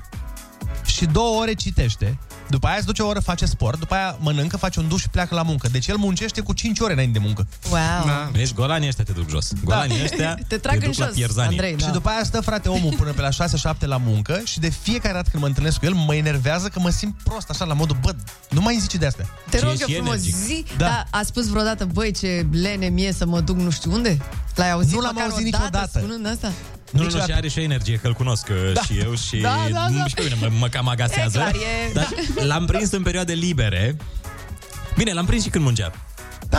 Speaker 5: și două ore citește După aia se duce o oră, face sport, după aia mănâncă, face un duș și pleacă la muncă. Deci el muncește cu 5 ore înainte de muncă.
Speaker 1: Wow. Da.
Speaker 9: Da. Deci golanii ăștia te duc jos. Golanii ăștia
Speaker 1: Te trag
Speaker 9: duc
Speaker 1: în
Speaker 9: la
Speaker 1: jos,
Speaker 9: pierzanii.
Speaker 1: Andrei, da.
Speaker 5: Și după aia stă, frate, omul până pe la 6-7 la muncă și de fiecare dată când mă întâlnesc cu el, mă enervează că mă simt prost, așa, la modul, bă, nu mai zici de astea.
Speaker 1: Te rog eu frumos, zi, da. dar a spus vreodată, băi, ce lene mie să mă duc nu știu unde? L-ai auzit
Speaker 5: Nu l-am
Speaker 1: măcar
Speaker 5: auzit
Speaker 1: o dată
Speaker 5: niciodată.
Speaker 1: spunând asta?
Speaker 9: Nu, nu, nu, și are și o energie, că îl cunosc da. și eu și, da, da, da. și pe mine mă, mă cam agasează.
Speaker 1: E clar, e- da.
Speaker 9: Dar l-am prins în perioade libere. Bine, l-am prins și când mungea.
Speaker 1: Da,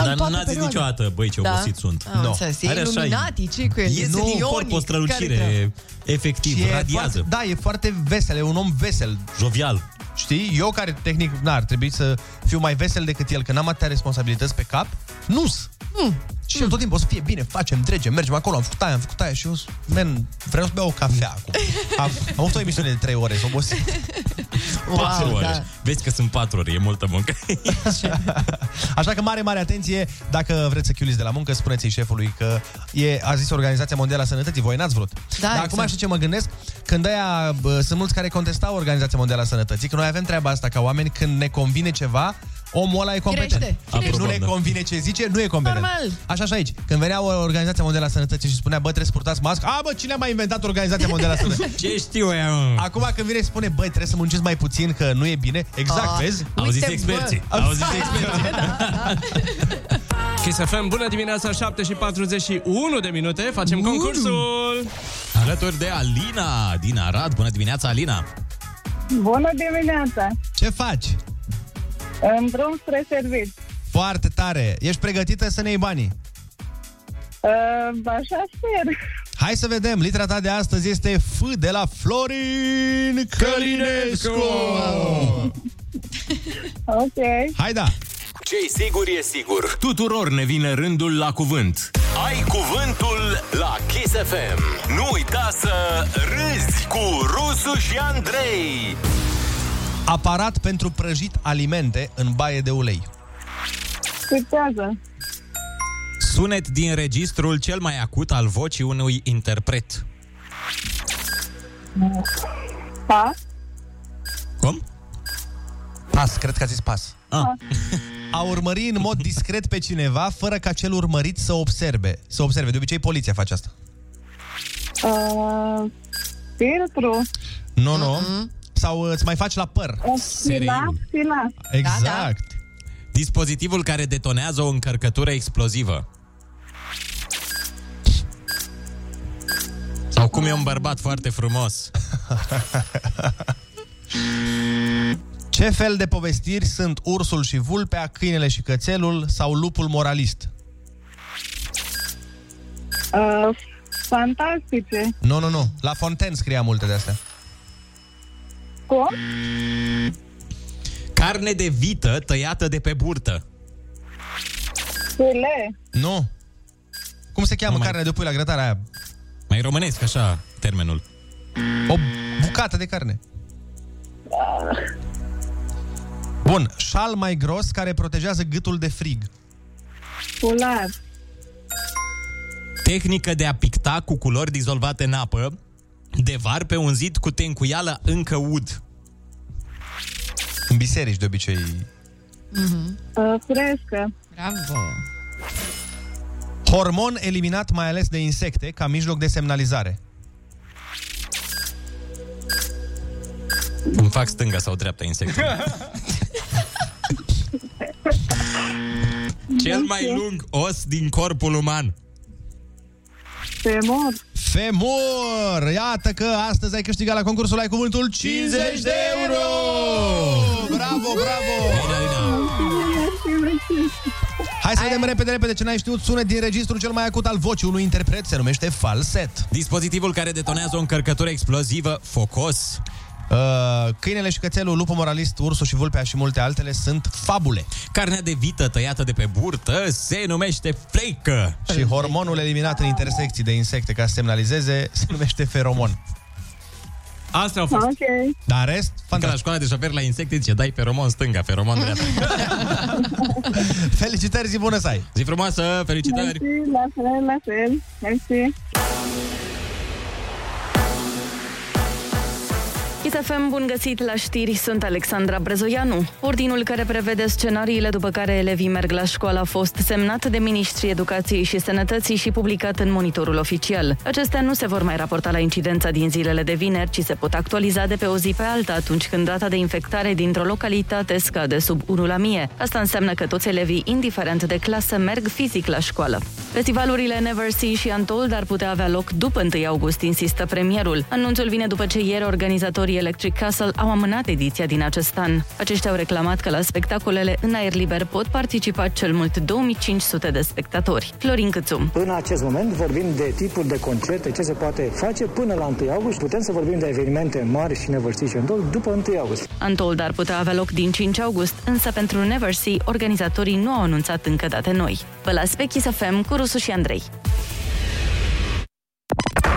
Speaker 9: Da,
Speaker 1: în
Speaker 9: Dar
Speaker 1: toate
Speaker 9: n-a zis
Speaker 1: perioadele.
Speaker 9: niciodată, băi, ce
Speaker 1: Da.
Speaker 9: obosit sunt.
Speaker 1: Am înțeles, e
Speaker 9: Are așa-
Speaker 1: iluminati, ce cu el?
Speaker 9: Iese din corp o strălucire,
Speaker 5: Și
Speaker 9: efectiv,
Speaker 5: e
Speaker 9: radiază.
Speaker 5: Foarte, da, e foarte vesel, e un om vesel.
Speaker 9: Jovial.
Speaker 5: Știi? Eu care, tehnic, n-ar trebui să fiu mai vesel decât el, că n-am atâtea responsabilități pe cap, nu-s.
Speaker 1: Mm.
Speaker 5: Și el tot timpul o să fie bine, facem, trecem, mergem acolo, am făcut aia, am făcut aia și eu, sunt, man, vreau să beau o cafea acum. Am, am avut o emisiune de 3 ore, sunt obosit.
Speaker 9: Patru
Speaker 5: Wow,
Speaker 9: ore.
Speaker 5: da.
Speaker 9: Vezi că sunt patru ore, e multă muncă.
Speaker 5: Așa că mare, mare atenție, dacă vreți să chiuliți de la muncă, spuneți-i șefului că e, a zis Organizația Mondială a Sănătății, voi n-ați vrut. Da, Dar acum
Speaker 1: exact.
Speaker 5: știi ce mă gândesc? Când aia, bă, sunt mulți care contestau Organizația Mondială a Sănătății, că noi avem treaba asta ca oameni, când ne convine ceva, omul ăla e competent.
Speaker 1: Firește, firește.
Speaker 5: Nu ne
Speaker 1: Apropo, da.
Speaker 5: convine ce zice, nu e competent.
Speaker 1: Normal.
Speaker 5: Așa și aici. Când venea o Organizația Mondială a Sănătății și spunea, bă, trebuie să purtați mască, a, bă, cine a mai inventat Organizația Mondială a Sănătății?
Speaker 9: Ce știu eu?
Speaker 5: Acum când vine și spune, băi, trebuie să munciți mai puțin, că nu e bine, exact,
Speaker 13: Ah,
Speaker 5: vezi?
Speaker 13: Au zis uite, experții. bă. Au zis
Speaker 5: experții.
Speaker 13: Kiss FM, bună dimineața, 7 și 41 de minute, facem concursul!
Speaker 9: Alături de Alina din Arad. Bună dimineața, Alina!
Speaker 18: Bună dimineața!
Speaker 5: Ce faci?
Speaker 18: În drum spre serviciu.
Speaker 5: Foarte tare. Ești pregătită să ne iei banii?
Speaker 18: Uh, așa sper.
Speaker 5: Hai să vedem. Litera ta de astăzi este F de la Florin Călinescu.
Speaker 18: Ok.
Speaker 5: Hai da!
Speaker 2: Ce-i sigur e sigur.
Speaker 16: Tuturor ne vine rândul la cuvânt.
Speaker 2: Ai cuvântul la Kiss FM. Nu uita să râzi cu Rusu și Andrei.
Speaker 5: Aparat pentru prăjit alimente în baie de ulei.
Speaker 18: Scriptează.
Speaker 9: Sunet din registrul cel mai acut al vocii unui interpret.
Speaker 18: Pa.
Speaker 9: Cum?
Speaker 5: Pas, cred că a zis pas.
Speaker 9: Ah.
Speaker 5: A urmări în mod discret pe cineva fără ca cel urmărit să observe. Să observe. De obicei, poliția face asta.
Speaker 18: Uh, filtru.
Speaker 5: Nu, nu. Sau uh, îți mai faci la păr.
Speaker 18: Silac, silac.
Speaker 5: Exact.
Speaker 18: Păi, Da, da.
Speaker 9: Dispozitivul care detonează o încărcătură explozivă. Sau cum e un bărbat foarte frumos.
Speaker 5: Ce fel de povestiri sunt ursul și vulpea, câinele și cățelul sau lupul moralist?
Speaker 18: Uh, fantastice.
Speaker 5: Nu, nu, nu. La Fontaine scria multe de astea.
Speaker 18: Cum?
Speaker 9: Carne de vită tăiată de pe burtă.
Speaker 18: File.
Speaker 5: Nu. Cum se cheamă carnea de pui la grătarea aia?
Speaker 9: Mai românesc așa termenul.
Speaker 5: O bucată de carne. Bun, șal mai gros care protejează gâtul de frig.
Speaker 18: Fular.
Speaker 9: Tehnică de a picta cu culori dizolvate în apă de var pe un zid cu tencuială încă ud.
Speaker 5: În biserici, de obicei.
Speaker 18: Uh, frescă.
Speaker 1: Mm-hmm. Bravo.
Speaker 5: Hormon eliminat mai ales de insecte ca mijloc de semnalizare.
Speaker 9: Îmi fac stânga sau dreapta insectul. Cel mai lung os din corpul uman.
Speaker 18: Femur.
Speaker 5: Femur! Iată că astăzi ai câștigat la concursul Ai Cuvântul 50 de euro! Bravo, bravo! Hai să vedem repede, repede ce n-ai știut. Sunet din registrul cel mai acut al vocii unui interpret se numește falset.
Speaker 9: Dispozitivul care detonează o încărcătură explozivă focos.
Speaker 5: Uh, câinele și cățelul, lupul moralist, ursul și vulpea și multe altele sunt fabule.
Speaker 9: Carnea de vită tăiată de pe burtă se numește fleică.
Speaker 5: Și hormonul eliminat în intersecții de insecte ca să semnalizeze se numește feromon.
Speaker 9: Asta au
Speaker 18: fost. Ok.
Speaker 5: Dar rest,
Speaker 9: Ca la școala de șofer la insecte zice, dai feromon stânga, feromon dreapta.
Speaker 5: Felicitări, zi bună să ai!
Speaker 9: Zi frumoasă, felicitări!
Speaker 18: Mersi, la fel, la fel. Mersi.
Speaker 8: KSFM, bun găsit la știri, sunt Alexandra Brezoianu. Ordinul care prevede scenariile după care elevii merg la școală a fost semnat de Ministrii Educației și Sănătății și publicat în monitorul oficial. Acestea nu se vor mai raporta la incidența din zilele de vineri, ci se pot actualiza de pe o zi pe alta atunci când rata de infectare dintr-o localitate scade sub 1 la mie. Asta înseamnă că toți elevii, indiferent de clasă, merg fizic la școală. Festivalurile Never See și Untold ar putea avea loc după 1 august, insistă premierul. Anunțul vine după ce ieri organizatorii Electric Castle au amânat ediția din acest an. Aceștia au reclamat că la spectacolele în aer liber pot participa cel mult 2500 de spectatori. Florin Câțu.
Speaker 11: În acest moment vorbim de tipuri de concerte, ce se poate face până la 1 august. Putem să vorbim de evenimente mari și nevârstit și îndol după 1 august.
Speaker 8: Untold ar putea avea loc din 5 august, însă pentru Never See, organizatorii nu au anunțat încă date noi. Vă las pe Kiss FM cu Rusu și Andrei.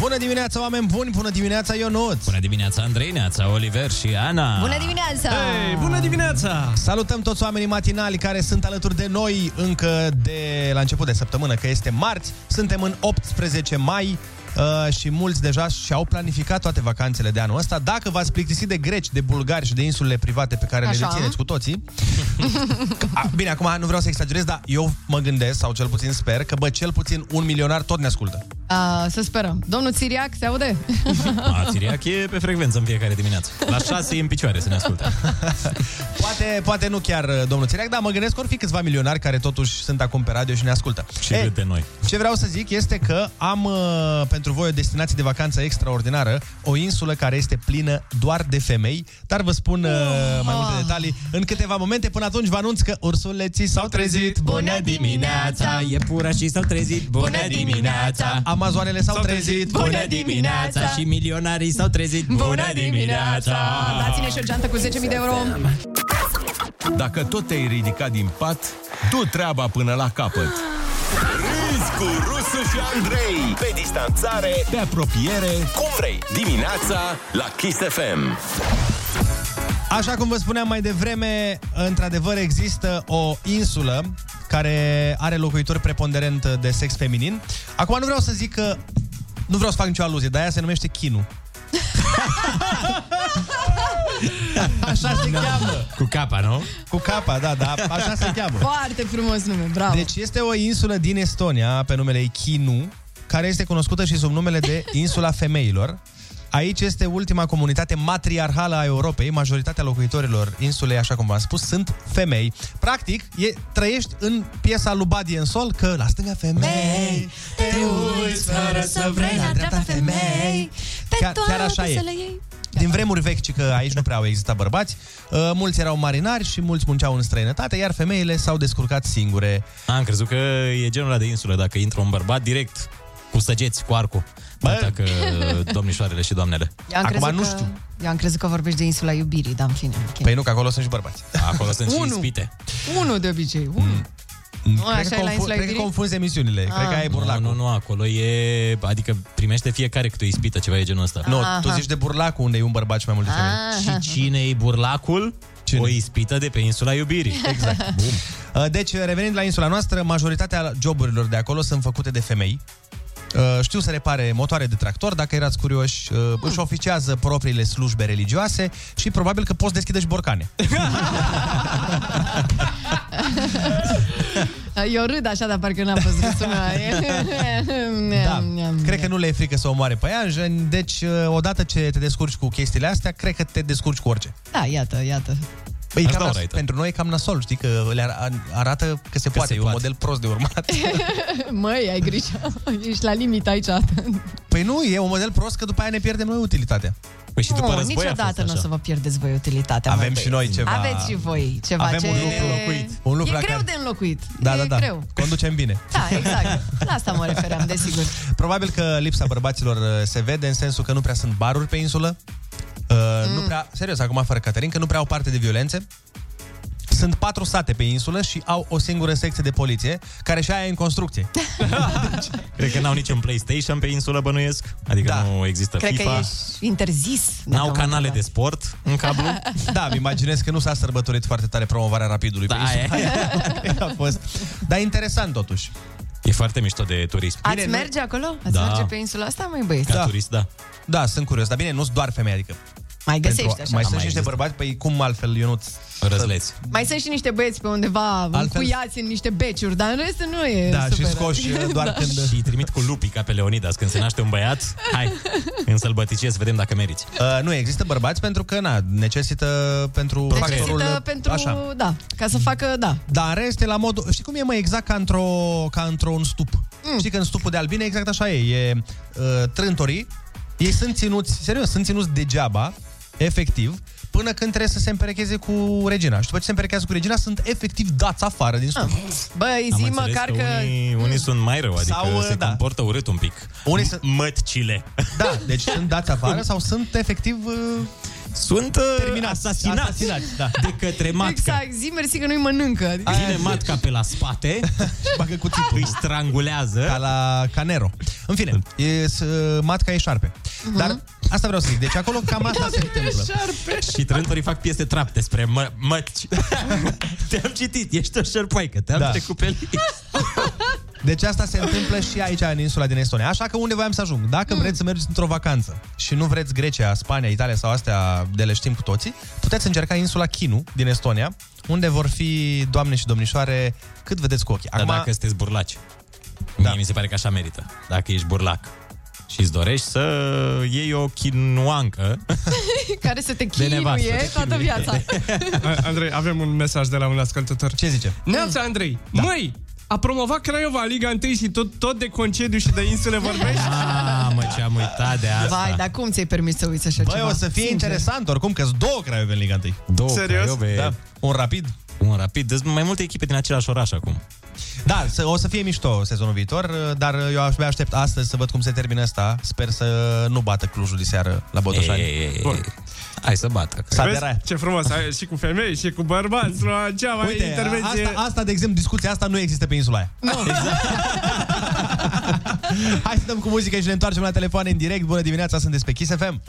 Speaker 5: Bună dimineața, oameni buni! Bună dimineața, Ionuț!
Speaker 9: Bună dimineața, Andrei, Neața, Oliver și Ana!
Speaker 19: Bună dimineața!
Speaker 5: Hei, bună dimineața! Salutăm toți oamenii matinali care sunt alături de noi încă de la început de săptămână, că este marți. Suntem în 18 mai uh, și mulți deja și-au planificat toate vacanțele de anul ăsta. Dacă v-ați plictisit de greci, de bulgari și de insulele private pe care
Speaker 19: Așa.
Speaker 5: le dețineți cu toții, a, bine, acum nu vreau să exagerez, dar eu mă gândesc, sau cel puțin sper, că bă, cel puțin un milionar tot ne ascultă.
Speaker 1: A, să sperăm. Domnul Țiriac, se aude?
Speaker 9: A, Țiriac e pe frecvență în fiecare dimineață. La șase e în picioare să ne asculte.
Speaker 5: Poate, poate nu chiar uh, domnul Țiriac, dar mă gândesc că or fi câțiva milionari care totuși sunt acum pe radio și ne ascultă.
Speaker 9: Și râd de noi.
Speaker 5: Ce vreau să zic este că am uh, pentru voi o destinație de vacanță extraordinară, o insulă care este plină doar de femei, dar vă spun uh, mai multe detalii în câteva momente. Până atunci vă anunț că ursuleții s-au trezit.
Speaker 9: Bună dimineața! Iepurașii s-au trezit. Bună dimineața!
Speaker 5: Amazoanele s-au trezit.
Speaker 9: Bună dimineața! Și milionarii s-au trezit. Bună dimineața!
Speaker 1: Dați-ne și o geantă cu 10.000 de euro.
Speaker 16: Dacă tot te-ai ridicat din pat, du treaba până la capăt.
Speaker 2: Râzi cu Rusu și Andrei. Pe distanțare,
Speaker 16: Pe apropiere,
Speaker 2: cum vrei. Dimineața la Kiss FM.
Speaker 5: Așa cum vă spuneam mai devreme, într-adevăr există o insulă care are locuitori preponderent de sex feminin. Acum nu vreau să zic că... Nu vreau să fac nicio aluzie, dar aia se numește Chinu. Așa se cheamă.
Speaker 9: Cu capa, nu?
Speaker 5: Cu capa, da, da, așa se cheamă.
Speaker 1: Foarte frumos nume, bravo.
Speaker 5: Deci este o insulă din Estonia pe numele Chinu, care este cunoscută și sub numele de Insula Femeilor. Aici este ultima comunitate matriarhală a Europei. Majoritatea locuitorilor insulei, așa cum v-am spus, sunt femei. Practic, e, trăiești în piesa lui Buddy în sol că la stânga femei,
Speaker 19: Te uiți fără să vrei la dreapta femei Pe
Speaker 5: Chiar- chiar
Speaker 19: toate
Speaker 5: așa e.
Speaker 19: să le iei
Speaker 5: din vremuri vechi, ci că aici nu prea au existat bărbați, uh, mulți erau marinari și mulți munceau în străinătate, iar femeile s-au descurcat singure.
Speaker 9: Am crezut că e genul ăla de insulă. Dacă intră un bărbat direct cu săgeți, cu arcul. Bă. Atacă domnișoarele și doamnele.
Speaker 1: Eu am crezut că, Eu am crezut că vorbești de insula iubirii, dar în fine. Okay.
Speaker 5: Păi nu, că acolo sunt și bărbați.
Speaker 9: Acolo sunt și
Speaker 1: Unu.
Speaker 9: ispite.
Speaker 1: Unul de obicei, unul.
Speaker 5: Mm.
Speaker 1: Nu,
Speaker 9: Cred
Speaker 1: așa
Speaker 9: că
Speaker 1: e la Ah.
Speaker 9: confu-
Speaker 1: insula
Speaker 9: cred că
Speaker 1: iubirii?
Speaker 5: Confunzi emisiunile, cred că ai burlac.
Speaker 9: Nu, nu, nu, acolo e... Adică primește fiecare câte o ispită, ceva e genul ăsta.
Speaker 5: Nu,
Speaker 1: Ah.
Speaker 5: tu Aha. zici de burlacul unde e un bărbat și mai multe femei.
Speaker 9: Și cine e burlacul? O ispită de pe insula iubirii.
Speaker 5: Exact. Bum. Uh, Deci, revenind la insula noastră, majoritatea joburilor de acolo sunt făcute de femei. Uh, Știu să repare motoare de tractor, dacă erați curioși, uh,
Speaker 1: Ah.
Speaker 5: își oficează propriile slujbe religioase și probabil că poți deschide și borcane.
Speaker 1: Eu râd așa, dar parcă n-am văzut râsul meu.
Speaker 5: Da. Cred că nu le e frică să o moare pe ianjeni, deci uh, odată ce te descurci cu chestiile astea, cred că te descurci cu orice. da
Speaker 1: Da, iată, iată.
Speaker 5: Băi, Păi e
Speaker 1: Asta
Speaker 5: cam
Speaker 1: o
Speaker 5: nas- pentru noi e cam nasol, știi, că le ar- arată că se că poate, se e un model prost de urmat.
Speaker 1: Măi, ai grijă. Ești la limit aici.
Speaker 5: Păi nu, e un model prost că după aia ne pierdem noi utilitatea.
Speaker 9: Păi
Speaker 1: Nu, niciodată nu o să vă pierdeți voi utilitatea.
Speaker 5: Avem
Speaker 1: mă, băieți.
Speaker 5: și noi ceva.
Speaker 1: Aveți și voi ceva
Speaker 5: Avem
Speaker 1: ce...
Speaker 5: un lucru înlocuit. Un lucru
Speaker 1: e
Speaker 5: la
Speaker 1: greu
Speaker 5: care-
Speaker 1: de înlocuit.
Speaker 5: Da,
Speaker 1: e
Speaker 5: da, da.
Speaker 1: greu.
Speaker 5: Conducem bine.
Speaker 1: Da, exact. La asta mă refeream, desigur.
Speaker 5: Probabil că lipsa bărbaților uh, se vede în sensul că nu prea sunt baruri pe insulă. Uh, mm. Nu prea, serios, acum fără Caterin, că nu prea au parte de violențe. Sunt patru sate pe insulă și au o singură secție de poliție, care și aia e în construcție.
Speaker 9: Cred că n-au niciun PlayStation pe insulă, bănuiesc. Adică da. nu există
Speaker 1: Cred
Speaker 9: FIFA.
Speaker 1: că ești Da, interzis.
Speaker 9: N-au canale de sport în cablu.
Speaker 5: Da, îmi imaginez că nu s-a sărbătorit foarte tare promovarea rapidului da, pe insulă. A fost. Dar interesant totuși.
Speaker 9: E foarte mișto de turism.
Speaker 1: Ați bine, merge acolo? Ați
Speaker 5: Da.
Speaker 1: merge pe insula asta, mai băieți?
Speaker 9: da.
Speaker 5: Da, sunt curios, dar bine, nu sunt doar femei, adică.
Speaker 1: Mai găsești
Speaker 5: Pentru-
Speaker 1: așa.
Speaker 5: Mai
Speaker 1: Da,
Speaker 5: sunt
Speaker 1: mai
Speaker 5: și niște bărbați, păi cum altfel, eu nu
Speaker 9: Răzleți.
Speaker 1: Mai sunt și niște băieți pe undeva
Speaker 5: Altfel-
Speaker 1: Altfel... cuiați în niște beciuri, dar în rest nu e
Speaker 9: Da, și
Speaker 1: superat.
Speaker 9: scoși
Speaker 5: uh,
Speaker 9: doar
Speaker 1: Da.
Speaker 9: da. când... Și îi trimit cu lupii ca pe Leonidas când se naște un băiat. Hai, în sălbăticie să vedem dacă meriți.
Speaker 5: Uh, nu, există bărbați pentru că, na, necesită pentru
Speaker 1: Necesită
Speaker 5: factorul...
Speaker 1: pentru,
Speaker 5: Așa.
Speaker 1: Așa. da, ca să facă, da.
Speaker 5: Dar în rest e la modul... Știi cum e, mă, exact ca, într-o, ca într-un stup. Mm. Știi că în stupul de albine exact așa e. E uh, trântorii, ei sunt ținuți, serios, sunt ținuți degeaba, efectiv, până când trebuie să se împerecheze cu regina. Și după ce se împerechează cu regina, sunt efectiv dați afară din stup.
Speaker 1: Băi, zi Ah, măcar că...
Speaker 9: Unii, unii sunt mai rău, adică
Speaker 5: Sau,
Speaker 9: Sau, se
Speaker 5: da.
Speaker 9: da. comportă urât un pic.
Speaker 5: Unii sunt...
Speaker 9: Mătcile.
Speaker 5: Da, deci sunt dați afară sau sunt efectiv... Uh,
Speaker 9: sunt uh, terminați, asasinați,
Speaker 5: asasinați da.
Speaker 9: de către matca.
Speaker 1: Exact, zi mersi că nu-i mănâncă. Adică...
Speaker 9: Vine matca pe la spate
Speaker 5: și bagă cuțitul.
Speaker 9: Îi strangulează.
Speaker 5: Ca la Canero. În fine, e, s- matca e șarpe. Uh-huh. Dar asta vreau să zic. Deci acolo cam asta se întâmplă.
Speaker 9: Și trântorii fac piese trap despre mă- mătci. Te-am citit, ești o șerpoaică, te-am
Speaker 5: Da.
Speaker 9: da. trecut pe list.
Speaker 5: Deci asta se întâmplă și aici, în insula din Estonia. Așa că unde voiam să ajung? Dacă
Speaker 9: Hmm.
Speaker 5: vreți să mergeți într-o vacanță și nu vreți Grecia, Spania, Italia sau astea de le știm cu toții, puteți încerca insula Chinu din Estonia, unde vor fi doamne și domnișoare cât vedeți cu ochii.
Speaker 9: Dar dacă sunteți burlaci, da. mie mi se pare că așa merită. Dacă ești burlac și îți dorești să iei o chinuancă,
Speaker 1: Care să te
Speaker 9: De nevastă,
Speaker 1: chinuie
Speaker 9: te
Speaker 1: toată
Speaker 9: chinuie.
Speaker 1: viața.
Speaker 13: A- Andrei, avem un mesaj de la un ascultător.
Speaker 5: Ce zice?
Speaker 13: Neața Andrei, da. măi, a promovat Craiova Liga 1 și tot, tot de concediu și de insule vorbești?
Speaker 9: Mamă, ce am
Speaker 5: Da,
Speaker 9: uitat de asta.
Speaker 1: Vai, dar cum ți-ai permis să uiți așa
Speaker 5: Ah, Băi,
Speaker 1: ceva?
Speaker 5: o să fie
Speaker 1: Sincer.
Speaker 5: interesant oricum că sunt două Craiove în Liga 1.
Speaker 9: Două
Speaker 5: Serios?
Speaker 9: Craiove.
Speaker 5: Da. Un rapid?
Speaker 9: Un rapid. Deci mai multe echipe din același oraș acum.
Speaker 5: Da, să- o să fie mișto sezonul viitor, dar eu aș abia aștept astăzi să văd cum se termină asta. Sper să nu bată Clujul de seară la Botoșani.
Speaker 9: Ei, ei, ei, ei.
Speaker 5: Bun.
Speaker 9: Hai să bată.
Speaker 5: S-a
Speaker 13: Vezi?
Speaker 5: deraiat.
Speaker 13: Ce frumos, ai- și cu femei, și cu bărbați, la cea mai
Speaker 5: Uite,
Speaker 13: intervenție.
Speaker 5: asta, asta, de exemplu, discuția asta nu există pe insula aia. Exact.
Speaker 1: Nu.
Speaker 5: Hai să dăm cu muzică și ne întoarcem la telefon în direct. Bună dimineața, sunt pe Kiss FM.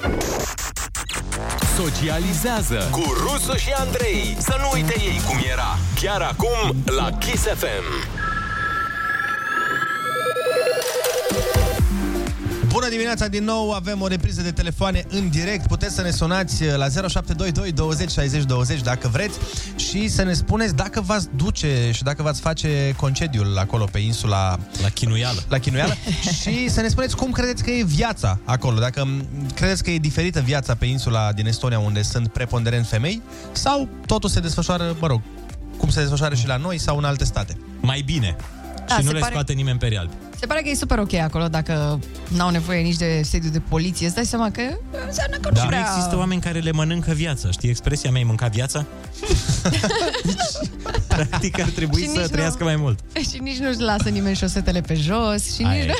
Speaker 2: Socializează cu Rusu și Andrei. Să nu uite ei cum era. Chiar acum la Kiss FM.
Speaker 5: Bună dimineața din nou, avem o repriză de telefoane în direct. Puteți să ne sunați uh, la 0722 20 60 20 dacă vreți și să ne spuneți dacă v-ați duce și dacă v-ați face concediul acolo pe insula
Speaker 9: La chinuială.
Speaker 5: la chinuială și să ne spuneți cum credeți că e viața acolo, dacă m- credeți că e diferită viața pe insula din Estonia unde sunt preponderent femei sau totul se desfășoară, mă rog, cum se desfășoară și la noi sau în alte state.
Speaker 9: Mai bine.
Speaker 1: Da,
Speaker 9: și nu
Speaker 1: se
Speaker 9: le
Speaker 1: pare-
Speaker 9: scoate nimeni pe alb.
Speaker 1: Se pare că e super ok acolo dacă n-au nevoie nici de sediu de poliție. Îți dai seama că înseamnă că nu
Speaker 9: Dar Da. nu
Speaker 1: prea...
Speaker 9: există oameni care le mănâncă viața. Știi expresia mea, mânca viața? Deci, Practic ar trebui
Speaker 1: Și nici
Speaker 9: să
Speaker 1: nu-
Speaker 9: trăiască mai mult.
Speaker 1: Și nici nu-și lasă nimeni șosetele pe jos și
Speaker 9: Aia
Speaker 1: nici...
Speaker 9: e.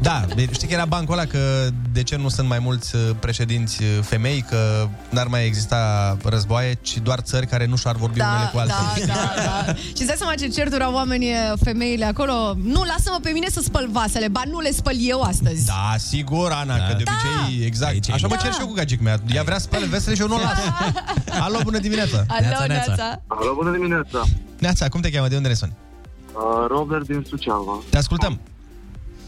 Speaker 5: Da, de- știi că era bancul ăla că de ce nu sunt mai mulți uh, președinți uh, femei, că n-ar mai exista războaie, ci doar țări care nu și-ar vorbi unele
Speaker 1: Da,
Speaker 5: cu
Speaker 1: da,
Speaker 5: altele.
Speaker 1: da, da. Și îți dai seama ce certuri au oamenii, femeile acolo. Nu, lasă-mă pe mine să spăl vasele. Ba, nu le spăl eu astăzi.
Speaker 5: Da, sigur, Ana, da. că de obicei, exact. Aici Așa mă
Speaker 1: da.
Speaker 5: cer și eu cu gagic mea. Ea vrea să spele vesele și eu nu o las. Alo, bună dimineața!
Speaker 1: Alo, Neața.
Speaker 15: Alo, bună dimineața.
Speaker 5: Neața, cum te cheamă? De unde ne suni?
Speaker 15: Uh, Robert din Suceava.
Speaker 5: Te ascultăm.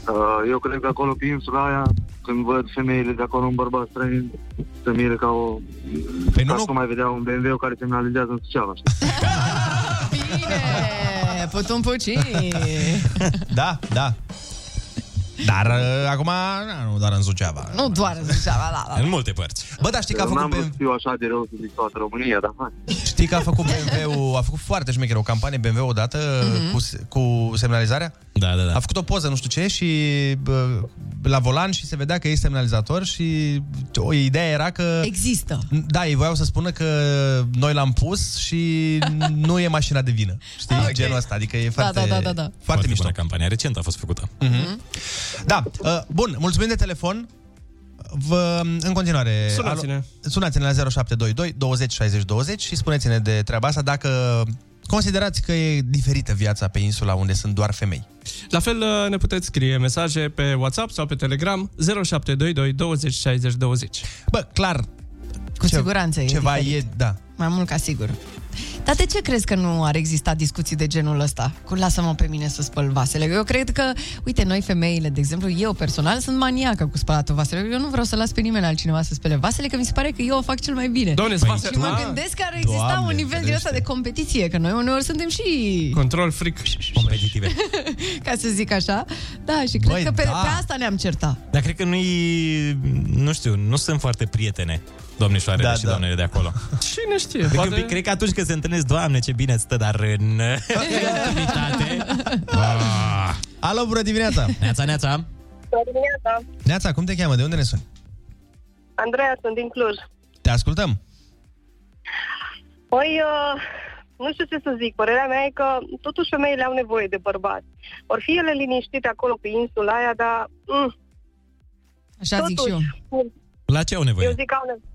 Speaker 15: Uh, eu cred că acolo pe insula aia, când văd femeile de acolo un bărbat străin, se mire ca o... Păi nu, nu. mai vedea un BMW care se analizează în Suceava, știi?
Speaker 1: Bine, putum puci.
Speaker 5: Da, da. Dar uh, acum, na, nu doar în Suceava.
Speaker 1: Nu doar în Suceava, da, da.
Speaker 9: În multe părți.
Speaker 5: Bă, dar știi că a
Speaker 15: Eu
Speaker 5: făcut
Speaker 15: N-am
Speaker 5: pe...
Speaker 15: văzut eu așa de rău să zic toată România, dar hai.
Speaker 5: Știi că a făcut BMW-ul, a făcut foarte șmecher o campanie BMW odată
Speaker 1: Mhm.
Speaker 5: mm-hmm. cu, se- cu semnalizarea?
Speaker 9: Da, da, da.
Speaker 5: A făcut o poză, nu știu ce, și bă, la volan și se vedea că e semnalizator și o ideea era că...
Speaker 1: Există.
Speaker 5: Da, ei voiau să spună că noi l-am pus și nu e mașina de vină. Știi, okay. genul ăsta. Adică e foarte,
Speaker 1: Ah, da, da, da, da.
Speaker 5: foarte,
Speaker 9: Foarte
Speaker 5: mișto. Mhm.
Speaker 9: bună campania. Recent a fost făcută.
Speaker 5: Mm-hmm. Da, uh, bun, mulțumim de telefon. vă, în continuare...
Speaker 13: Sunați-ne.
Speaker 5: alo- Sunați-ne la 0722 20 60 20 și spuneți-ne de treaba asta dacă considerați că e diferită viața pe insula unde sunt doar femei.
Speaker 13: La fel uh, ne puteți scrie mesaje pe WhatsApp sau pe Telegram 0722 20 60 20.
Speaker 5: Bă, clar.
Speaker 1: Cu Ce, siguranță e
Speaker 5: ceva
Speaker 1: diferit.
Speaker 5: e, da.
Speaker 1: Mai mult ca sigur. Dar de ce crezi că nu ar exista discuții de genul ăsta? Cu lasă-mă pe mine să spăl vasele. Eu cred că, uite, noi femeile, de exemplu, eu personal sunt maniacă cu spălatul vaselor. Eu nu vreau să las pe nimeni altcineva să spele vasele, că mi se pare că eu o fac cel mai bine. Păi
Speaker 13: Doamne,
Speaker 1: și
Speaker 13: sunt
Speaker 1: mă
Speaker 13: vase- Ah.
Speaker 1: gândesc că ar exista
Speaker 13: Doamne,
Speaker 1: un nivel din ăsta de competiție, că noi uneori suntem și
Speaker 13: Control fric.
Speaker 9: Competitive.
Speaker 1: ca să zic așa. Da, și cred
Speaker 9: Băi,
Speaker 1: că pe,
Speaker 9: da.
Speaker 1: pe asta ne-am certat.
Speaker 9: Dar cred că nu-i... Nu știu, nu sunt foarte prietene domnișoarele da, și da. doamnele de acolo.
Speaker 13: Cine știe,
Speaker 9: Adică,
Speaker 13: poate...
Speaker 9: poate... Cred că atunci când se întâlnesc, doamne, ce bine stă, dar în...
Speaker 5: Alo, bună dimineața!
Speaker 9: Neața, neața!
Speaker 18: Bună dimineața!
Speaker 5: Neața, cum te cheamă? De unde ne suni?
Speaker 18: da. Andreea, sunt din Cluj.
Speaker 5: Te ascultăm.
Speaker 18: Păi, uh, nu știu ce să zic, părerea mea e că totuși femeile au nevoie de bărbați. Or fi ele liniștite acolo pe insula aia, dar... Mm,
Speaker 1: Așa zic și eu.
Speaker 9: La ce au
Speaker 18: Eu
Speaker 9: nevoie?
Speaker 18: zic că au nevoie.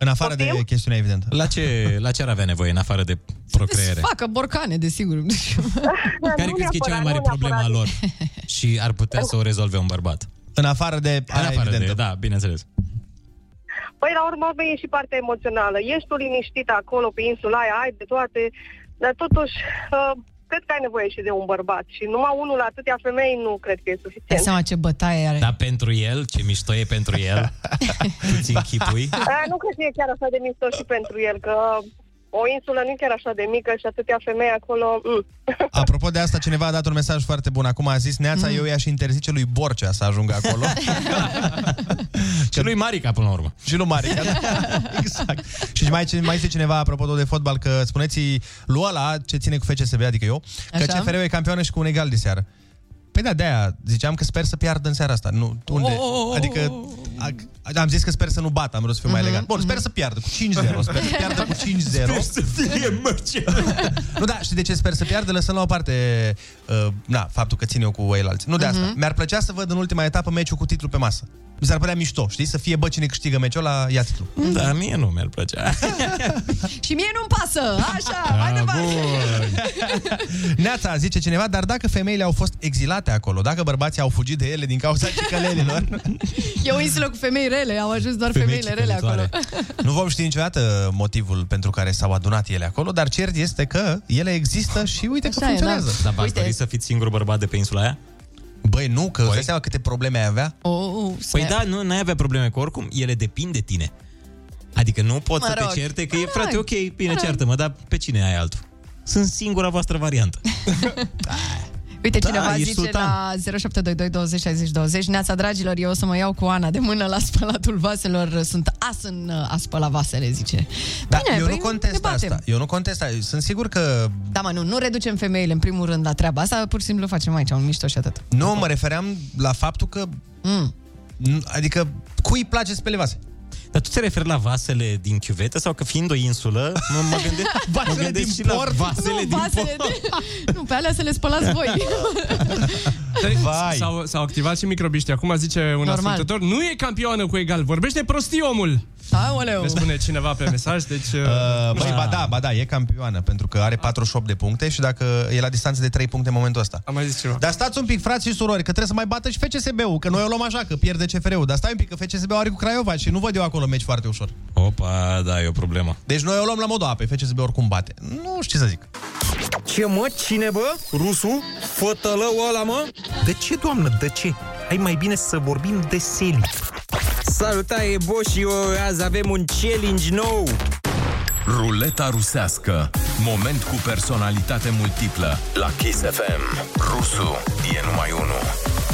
Speaker 5: În afară de chestiunea evidentă.
Speaker 9: La ce, la ce ar avea nevoie, în afară de procreere?
Speaker 1: Facă borcane, desigur.
Speaker 9: Care crezi că e cea mai mare problemă a lor și ar putea să o rezolve un bărbat?
Speaker 5: În afară de...
Speaker 9: În afară de, da, bineînțeles.
Speaker 18: Păi, la urmă, e și partea emoțională. Ești tu liniștită acolo pe insula aia, ai de toate, dar totuși... Uh, Cred că ai nevoie și de un bărbat și numai unul la atâtea femei nu cred că e
Speaker 1: Dai
Speaker 18: suficient.
Speaker 1: seama ce bătaie are.
Speaker 9: Dar pentru el, ce mișto e pentru el, tu-ți închipui.
Speaker 1: Da,
Speaker 18: A, Eh, nu cred că e chiar așa de mișto și pentru el, că o insulă nu e chiar așa de mică și atâtea femei acolo... Mm.
Speaker 5: Apropo de asta, cineva a dat un mesaj foarte bun. Acum a zis, Neața, mm. eu i-aș interzice lui Borcea să ajungă acolo.
Speaker 9: și lui Marica, până la urmă.
Speaker 5: Și lui Marica, da. exact. Și mai, mai zice cineva, apropo tot de fotbal, că spuneți lui ăla ce ține cu FCSB, adică eu, Așa? că
Speaker 1: Așa.
Speaker 5: CFR-ul e campioană și cu un egal de seară. Păi da, de-aia ziceam că sper să piardă în seara asta. Nu, unde?
Speaker 1: Oh, oh, oh,
Speaker 5: Adică a, am zis că sper să nu bat, am vrut să fiu mai elegant. Bun, sper să piardă cu 5-0, sper să piardă cu 5-0.
Speaker 9: să fie mărce.
Speaker 5: Nu, da, știi de ce sper să piardă? Lăsăm la o parte uh, na, faptul că țin eu cu ceilalți. Nu de asta.
Speaker 1: Mhm.
Speaker 5: Mi-ar plăcea să văd în ultima etapă meciul cu titlul pe masă. Mi s-ar părea mișto, știi? Să fie, bă, cine câștigă meciul ăla, ia Da, titlul.
Speaker 9: Da, mie nu mi-ar plăcea.
Speaker 1: Și mie nu-mi pasă. Așa, mai departe.
Speaker 5: Neața, zice cineva, dar dacă femeile au fost exilate acolo, dacă bărbații au fugit de ele din cauza cicălelilor,
Speaker 1: E o insulă cu femei rele, au ajuns doar
Speaker 5: Femei
Speaker 1: femeile rele acolo.
Speaker 5: nu vom ști niciodată motivul pentru care s-au adunat ele acolo, dar cert este că ele există și uite că
Speaker 1: Așa e, da.
Speaker 5: funcționează.
Speaker 9: Dar v-ați dori să fiți singur bărbat de pe insula aia?
Speaker 5: Băi, nu, că îți dai seama câte probleme ai avea?
Speaker 1: Oh,
Speaker 9: Păi da, nu n-ai avea probleme cu oricum, ele depind de tine. Adică nu poți
Speaker 1: Mă
Speaker 9: să
Speaker 1: rog.
Speaker 9: te certe că
Speaker 1: Mă
Speaker 9: e,
Speaker 1: rog.
Speaker 9: frate, ok, bine,
Speaker 1: Mă rog.
Speaker 9: ceartă-mă, dar pe cine ai altul? Sunt singura voastră variantă.
Speaker 1: Uite,
Speaker 9: Da,
Speaker 1: cineva
Speaker 9: ești
Speaker 1: zice
Speaker 9: sultan.
Speaker 1: la 0722 20 60 20 Neața, dragilor, eu o să mă iau cu Ana de mână la spălatul vaselor. Sunt as în uh, a spăla vasele, zice.
Speaker 5: Da,
Speaker 1: Bine,
Speaker 5: eu
Speaker 1: păi
Speaker 5: nu contest
Speaker 1: ne batem.
Speaker 5: asta. Eu nu contest asta. Sunt sigur că
Speaker 1: Da, mă, nu, nu reducem femeile în primul rând la treaba asta, pur și simplu facem aici un mișto și atât.
Speaker 5: Nu, mă refeream la faptul că...
Speaker 1: Mm.
Speaker 5: n- Adică, cui îi place spele vase?
Speaker 9: Dar tu te referi la vasele din chiuvetă sau că fiind o insulă, mă, mă gândesc, mă
Speaker 5: Vasele
Speaker 9: gândesc
Speaker 5: din
Speaker 9: și
Speaker 5: port?
Speaker 9: la vasele
Speaker 1: nu,
Speaker 9: din
Speaker 1: vasele
Speaker 9: port.
Speaker 1: de... nu, pe alea să le spălați voi.
Speaker 13: Vai. S-au, s-au activat și microbiștii. Acum zice un
Speaker 1: Normal.
Speaker 13: ascultător, nu e campioană cu egal, vorbește prostii omul.
Speaker 1: Aoleu.
Speaker 13: Ne spune cineva pe mesaj, deci... Uh,
Speaker 5: Băi, ba da, ba da, e campioană, pentru că are 48 de puncte și dacă e la distanță de 3 puncte în momentul ăsta.
Speaker 13: Am mai zis ceva.
Speaker 5: Dar stați un pic, frați și surori, că trebuie să mai bată și FCSB-ul, că noi o luăm așa, că pierde CFR-ul. Dar stai un pic, că FCSB-ul are cu Craiova și nu văd eu acolo meci foarte ușor.
Speaker 9: Opa, da, e o problemă.
Speaker 5: Deci noi o luăm la modul apei, FCSB oricum bate. Nu știu ce să zic.
Speaker 17: Ce mă? Cine bă? Rusu? Fătălău ăla mă? De ce, doamnă, de ce? Hai mai bine să vorbim de seli. Salutare, Bo și eu, azi avem un challenge nou.
Speaker 2: Ruleta rusească. Moment cu personalitate multiplă. La Kiss FM. Rusu e numai unul.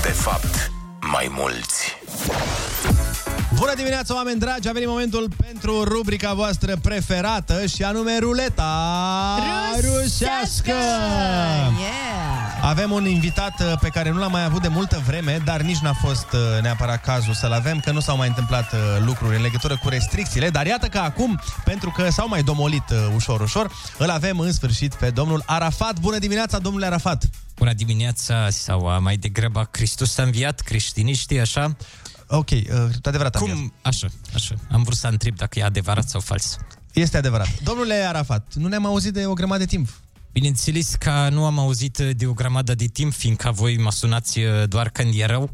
Speaker 2: De fapt, mai mulți.
Speaker 5: Bună dimineața, oameni dragi! A venit momentul pentru rubrica voastră preferată și anume ruleta rusească!
Speaker 1: Yeah.
Speaker 5: Avem un invitat uh, pe care nu l-am mai avut de multă vreme, dar nici n-a fost uh, neapărat cazul să-l avem, că nu s-au mai întâmplat uh, lucruri în legătură cu restricțiile, dar iată că acum, pentru că s-au mai domolit uh, ușor, ușor, îl avem în sfârșit pe domnul Arafat. Bună dimineața, domnule Arafat!
Speaker 20: Bună dimineața, sau a, mai degrabă Hristos a înviat creștiniștii, așa?
Speaker 5: Ok, uh, adevărat.
Speaker 9: Cum? Așa, așa. Am vrut să întreb dacă e adevărat sau fals.
Speaker 5: Este adevărat. Domnule Arafat, nu ne-am auzit de o grămadă de timp.
Speaker 9: Bineînțeles că nu am auzit uh, de o grămadă de timp, fiindcă voi mă sunați uh, doar când e rău.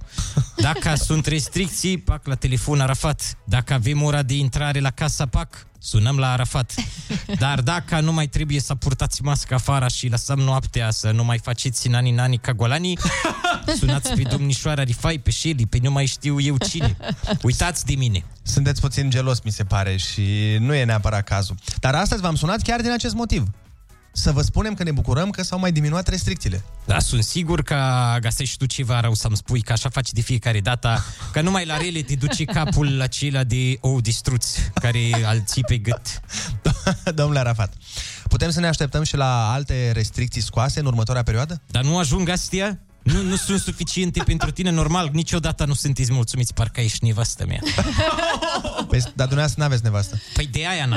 Speaker 9: Dacă sunt restricții, pac la telefon Arafat. Dacă avem ora de intrare la casa, pac, sunăm la Arafat. Dar dacă nu mai trebuie să purtați masca afară și lăsăm noaptea să nu mai faceți nani nani ca golanii, sunați pe domnișoara Rifai, pe Shelly, pe nu mai știu eu cine. Uitați de mine.
Speaker 5: Sunteți puțin gelos, mi se pare, și nu e neapărat cazul. Dar astăzi v-am sunat chiar din acest motiv. Să vă spunem că ne bucurăm că s-au mai diminuat restricțiile.
Speaker 9: Da, sunt sigur că găsești tu ceva rău să-mi spui, că așa faci de fiecare dată, că numai la rele te duce capul acela de ou distruț, care al ții pe gât.
Speaker 5: Domnule Arafat, putem să ne așteptăm și la alte restricții scoase în următoarea perioadă?
Speaker 9: Dar nu ajung astea? Nu, nu sunt suficiente pentru tine, normal, niciodată nu sunteți mulțumiți, parcă ești nevastă mea.
Speaker 5: Păi, dar dumneavoastră n-aveți nevastă.
Speaker 9: Păi de aia n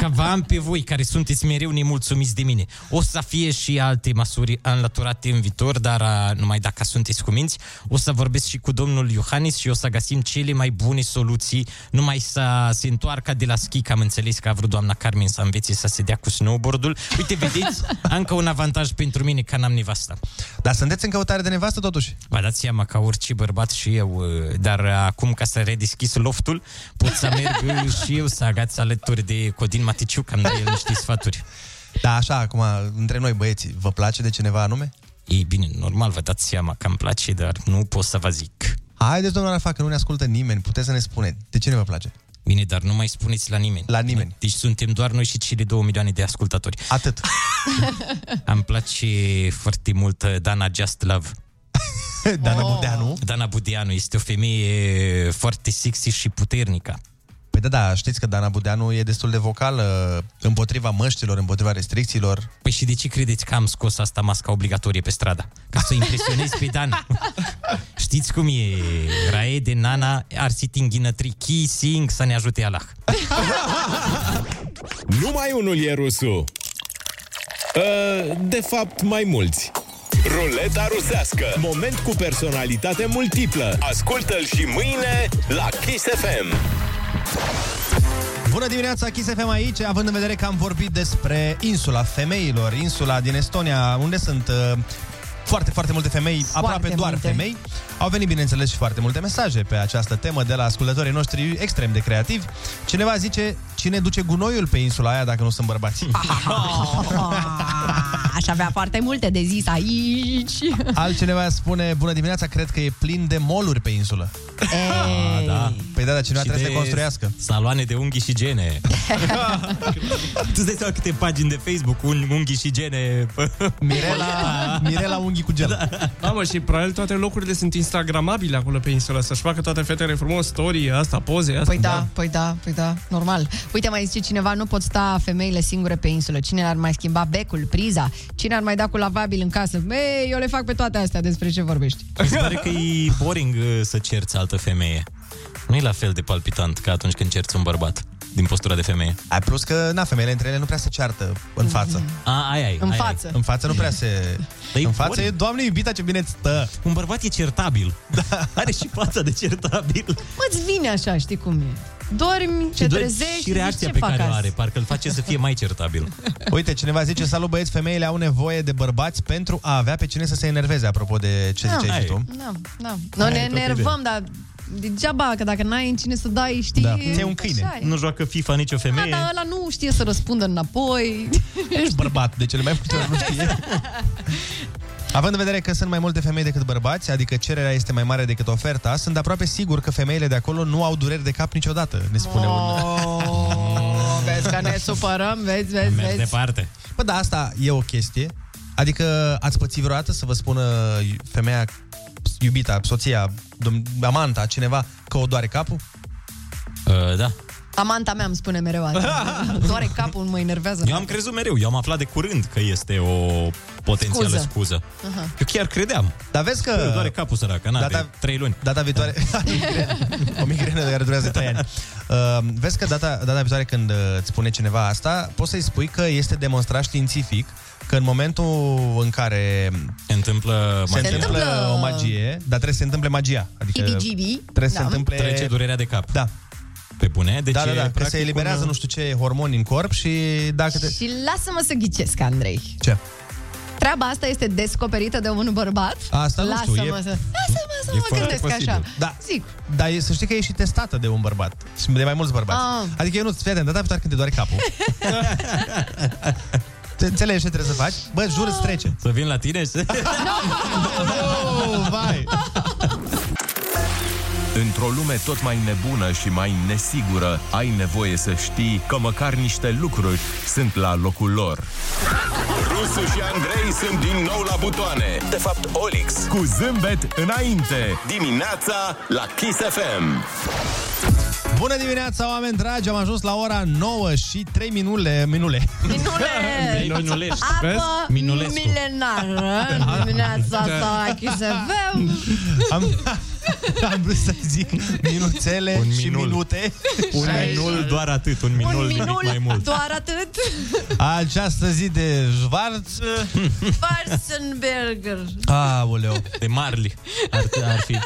Speaker 9: Că vă am pe voi care sunteți mereu nemulțumiți de mine. O să fie și alte măsuri înlăturate în viitor, dar a, numai dacă sunteți cu minți, o să vorbesc și cu domnul Iohannis și o să găsim cele mai bune soluții, numai să se întoarcă de la schi, că am înțeles că a vrut doamna Carmen să învețe să se dea cu snowboardul. Uite, vedeți, încă un avantaj pentru mine, că n-am nevastă.
Speaker 5: Dar sunteți în căutare de nevastă totuși?
Speaker 9: Vă dați seama ca orice bărbat și eu, uh, dar acum ca să redeschis loftul, pot să merg uh, și eu să agaț alături de Codin Maticiu, că am dat el niște sfaturi.
Speaker 5: Da, așa, acum, între noi băieții, vă place de cineva anume?
Speaker 9: Ei bine, normal vă dați seama că îmi place, dar nu pot să vă zic.
Speaker 5: Haideți, domnul Arafat, că nu ne ascultă nimeni, puteți să ne spune de cine vă place?
Speaker 9: Bine, dar nu mai spuneți la nimeni.
Speaker 5: La nimeni.
Speaker 9: Deci suntem doar noi și cele două milioane de ascultători.
Speaker 5: Atât.
Speaker 9: Îmi place foarte mult uh, Dana Just Love.
Speaker 5: Dana oh. Budeanu?
Speaker 9: Dana Budeanu este o femeie foarte sexy și puternică.
Speaker 5: Păi da, da, știți că Dana Budeanu e destul de vocală împotriva măștilor, împotriva restricțiilor.
Speaker 9: Păi și de ce credeți că am scos asta masca obligatorie pe stradă? Ca să impresionez pe Dan. Știți cum e? Rae de Nana ar sitinghină tri kissing să ne ajute Allah.
Speaker 16: Numai unul e rusul.
Speaker 2: Ă,
Speaker 16: Uh, De fapt, mai mulți.
Speaker 2: Ruleta rusească.
Speaker 16: Moment cu personalitate multiplă.
Speaker 2: Ascultă-l și mâine la Kiss FM.
Speaker 5: Bună dimineața, Kiss FM aici, având în vedere că am vorbit despre insula femeilor, insula din Estonia, unde sunt uh, foarte, foarte multe femei, foarte aproape doar
Speaker 20: multe.
Speaker 5: femei. Au venit, bineînțeles, și foarte multe mesaje pe această temă de la ascultătorii noștri extrem de creativi. Cineva zice, cine duce gunoiul pe insula aia dacă nu sunt bărbați?
Speaker 1: Aș avea foarte multe de zis aici.
Speaker 5: Altcineva spune, bună dimineața, cred că e plin de moluri pe insulă.
Speaker 1: Ei.
Speaker 5: da. Păi da, dar cineva
Speaker 9: Ah, Și
Speaker 5: trebuie
Speaker 9: de
Speaker 5: să construiască.
Speaker 9: Saloane de unghii și gene. tu stai seama câte pagini de Facebook, un unghii și gene.
Speaker 5: Mirela, Mirela unghii cu gel.
Speaker 13: Da. Mamă, și probabil toate locurile sunt instagramabile acolo pe insula, să-și facă toate fetele frumos, story, asta, poze, asta.
Speaker 1: Păi da, păi da, păi da, normal. Uite, mai zice cineva, nu pot sta femeile singure pe insulă. Cine ar mai schimba becul, priza? Cine ar mai da cu lavabil în casă? Ei, eu le fac pe toate astea, despre ce vorbești?
Speaker 9: Mi se pare că e boring uh, să cerți altă femeie. Nu e la fel de palpitant ca atunci când cerți un bărbat din postura de femeie.
Speaker 5: Ai plus că, na, femeile între ele nu prea se ceartă în față.
Speaker 9: A, ai, ai,
Speaker 5: În
Speaker 9: ai,
Speaker 5: față.
Speaker 9: Ai.
Speaker 5: În față nu prea se...
Speaker 9: Dar
Speaker 5: în față
Speaker 9: boring.
Speaker 5: e, doamne iubita, ce bine stă.
Speaker 9: Un bărbat e certabil. Da. Are și fața de certabil.
Speaker 1: Mă-ți vine așa, știi cum e. Dormi, te
Speaker 9: Și doar-
Speaker 1: trezești,
Speaker 9: și
Speaker 1: zici,
Speaker 9: reacția
Speaker 1: ce
Speaker 9: pe
Speaker 1: fac
Speaker 9: care o
Speaker 1: azi?
Speaker 9: are, parcă îl face să fie mai certabil.
Speaker 5: Uite, cineva zice, salut băieți, femeile au nevoie de bărbați pentru a avea pe cine să se enerveze, apropo de ce ziceai și tu.
Speaker 1: Da, da. Noi
Speaker 5: Ai
Speaker 1: ne
Speaker 5: tot idee.
Speaker 1: enervăm, dar degeaba, că dacă n-ai în cine să dai, știi...
Speaker 9: Da,
Speaker 1: e așa e.
Speaker 9: Nu joacă FIFA nicio
Speaker 1: Da,
Speaker 9: femeie.
Speaker 1: dar ăla nu știe să răspundă înapoi.
Speaker 5: Ești bărbat, de cele mai multe ori nu știe. Având în vedere că sunt mai multe femei decât bărbați, adică cererea este mai mare decât oferta, sunt aproape sigur că femeile de acolo nu au dureri de cap niciodată, ne spune
Speaker 1: un... Oh, vezi că ne supărăm, vezi, vezi, vezi.
Speaker 9: departe.
Speaker 5: Bă, da, asta e o chestie. Adică ați pățit vreodată să vă spună iu- femeia, iubita, soția, dom- amanta, cineva, că o doare capul?
Speaker 9: Uh, da.
Speaker 1: Amanta mea îmi spune mereu asta. Doare capul, mă enervează.
Speaker 9: Eu am crezut mereu, eu am aflat de curând că este o potențială
Speaker 1: Scuză. Ah.
Speaker 9: scuză. scuză.
Speaker 1: Aha.
Speaker 9: Eu chiar credeam.
Speaker 5: Dar vezi că...
Speaker 9: Doare capul săracă, n
Speaker 5: Data-
Speaker 9: data... trei luni.
Speaker 5: Data viitoare...
Speaker 15: Da,
Speaker 5: o migrenă de care durează 3 ani. Uh, vezi că data, data viitoare când uh, îți spune cineva asta, poți să-i spui că este demonstrat științific că în momentul în care
Speaker 9: întâmplă
Speaker 5: Se întâmplă o magie, dar trebuie să se întâmple magia. Adică
Speaker 1: Hibigibig,
Speaker 5: trebuie să
Speaker 1: da.
Speaker 5: se întâmple...
Speaker 9: Trece durerea de cap.
Speaker 5: Da.
Speaker 9: Pe bune? Deci
Speaker 5: da, da,
Speaker 9: e
Speaker 5: da, că
Speaker 9: practic
Speaker 5: se eliberează
Speaker 9: un-
Speaker 5: nu știu ce hormoni în corp și dacă te...
Speaker 1: Și lasă-mă să ghicesc, Andrei.
Speaker 5: Ce?
Speaker 1: Treaba asta este descoperită de un bărbat?
Speaker 5: Asta nu știu,
Speaker 1: Lasă-mă
Speaker 5: e-
Speaker 1: să... Lasă-mă să
Speaker 5: E
Speaker 1: mă
Speaker 5: foarte
Speaker 1: gândesc
Speaker 5: posibil.
Speaker 1: așa.
Speaker 5: Da.
Speaker 1: Zic.
Speaker 5: Dar e, să știi că e și testată de un bărbat. Și de mai mulți bărbați.
Speaker 1: Ah.
Speaker 5: Adică eu nu ți fii atent, data viitoare când te doare capul. Te înțelegi ce trebuie să faci? Bă, jur, îți trece.
Speaker 9: Să vin la tine? și-
Speaker 5: Oh, vai!
Speaker 16: Într-o lume tot mai nebună și mai nesigură, ai nevoie să știi că măcar niște lucruri sunt la locul lor.
Speaker 2: Rusu și Andrei sunt din nou la butoane. De fapt, Olix.
Speaker 16: Cu zâmbet înainte.
Speaker 2: Dimineața la Kiss FM.
Speaker 5: Bună dimineața, oameni dragi! Am ajuns la ora 9 și 3 minule... Minule!
Speaker 1: Minule!
Speaker 5: Minulești. Vezi?
Speaker 1: Apă
Speaker 5: Minulescu. Da.
Speaker 1: milenară în dimineața asta la Kiss FM.
Speaker 5: Am, am vrut să zic minuțele un și minute.
Speaker 1: Un Așa. minul
Speaker 9: doar atât, un
Speaker 1: Un minul, doar atât.
Speaker 5: Această zi de Schwarz...
Speaker 1: Schwarzenberger.
Speaker 5: Aoleu.
Speaker 9: De Marli ar, ar fi.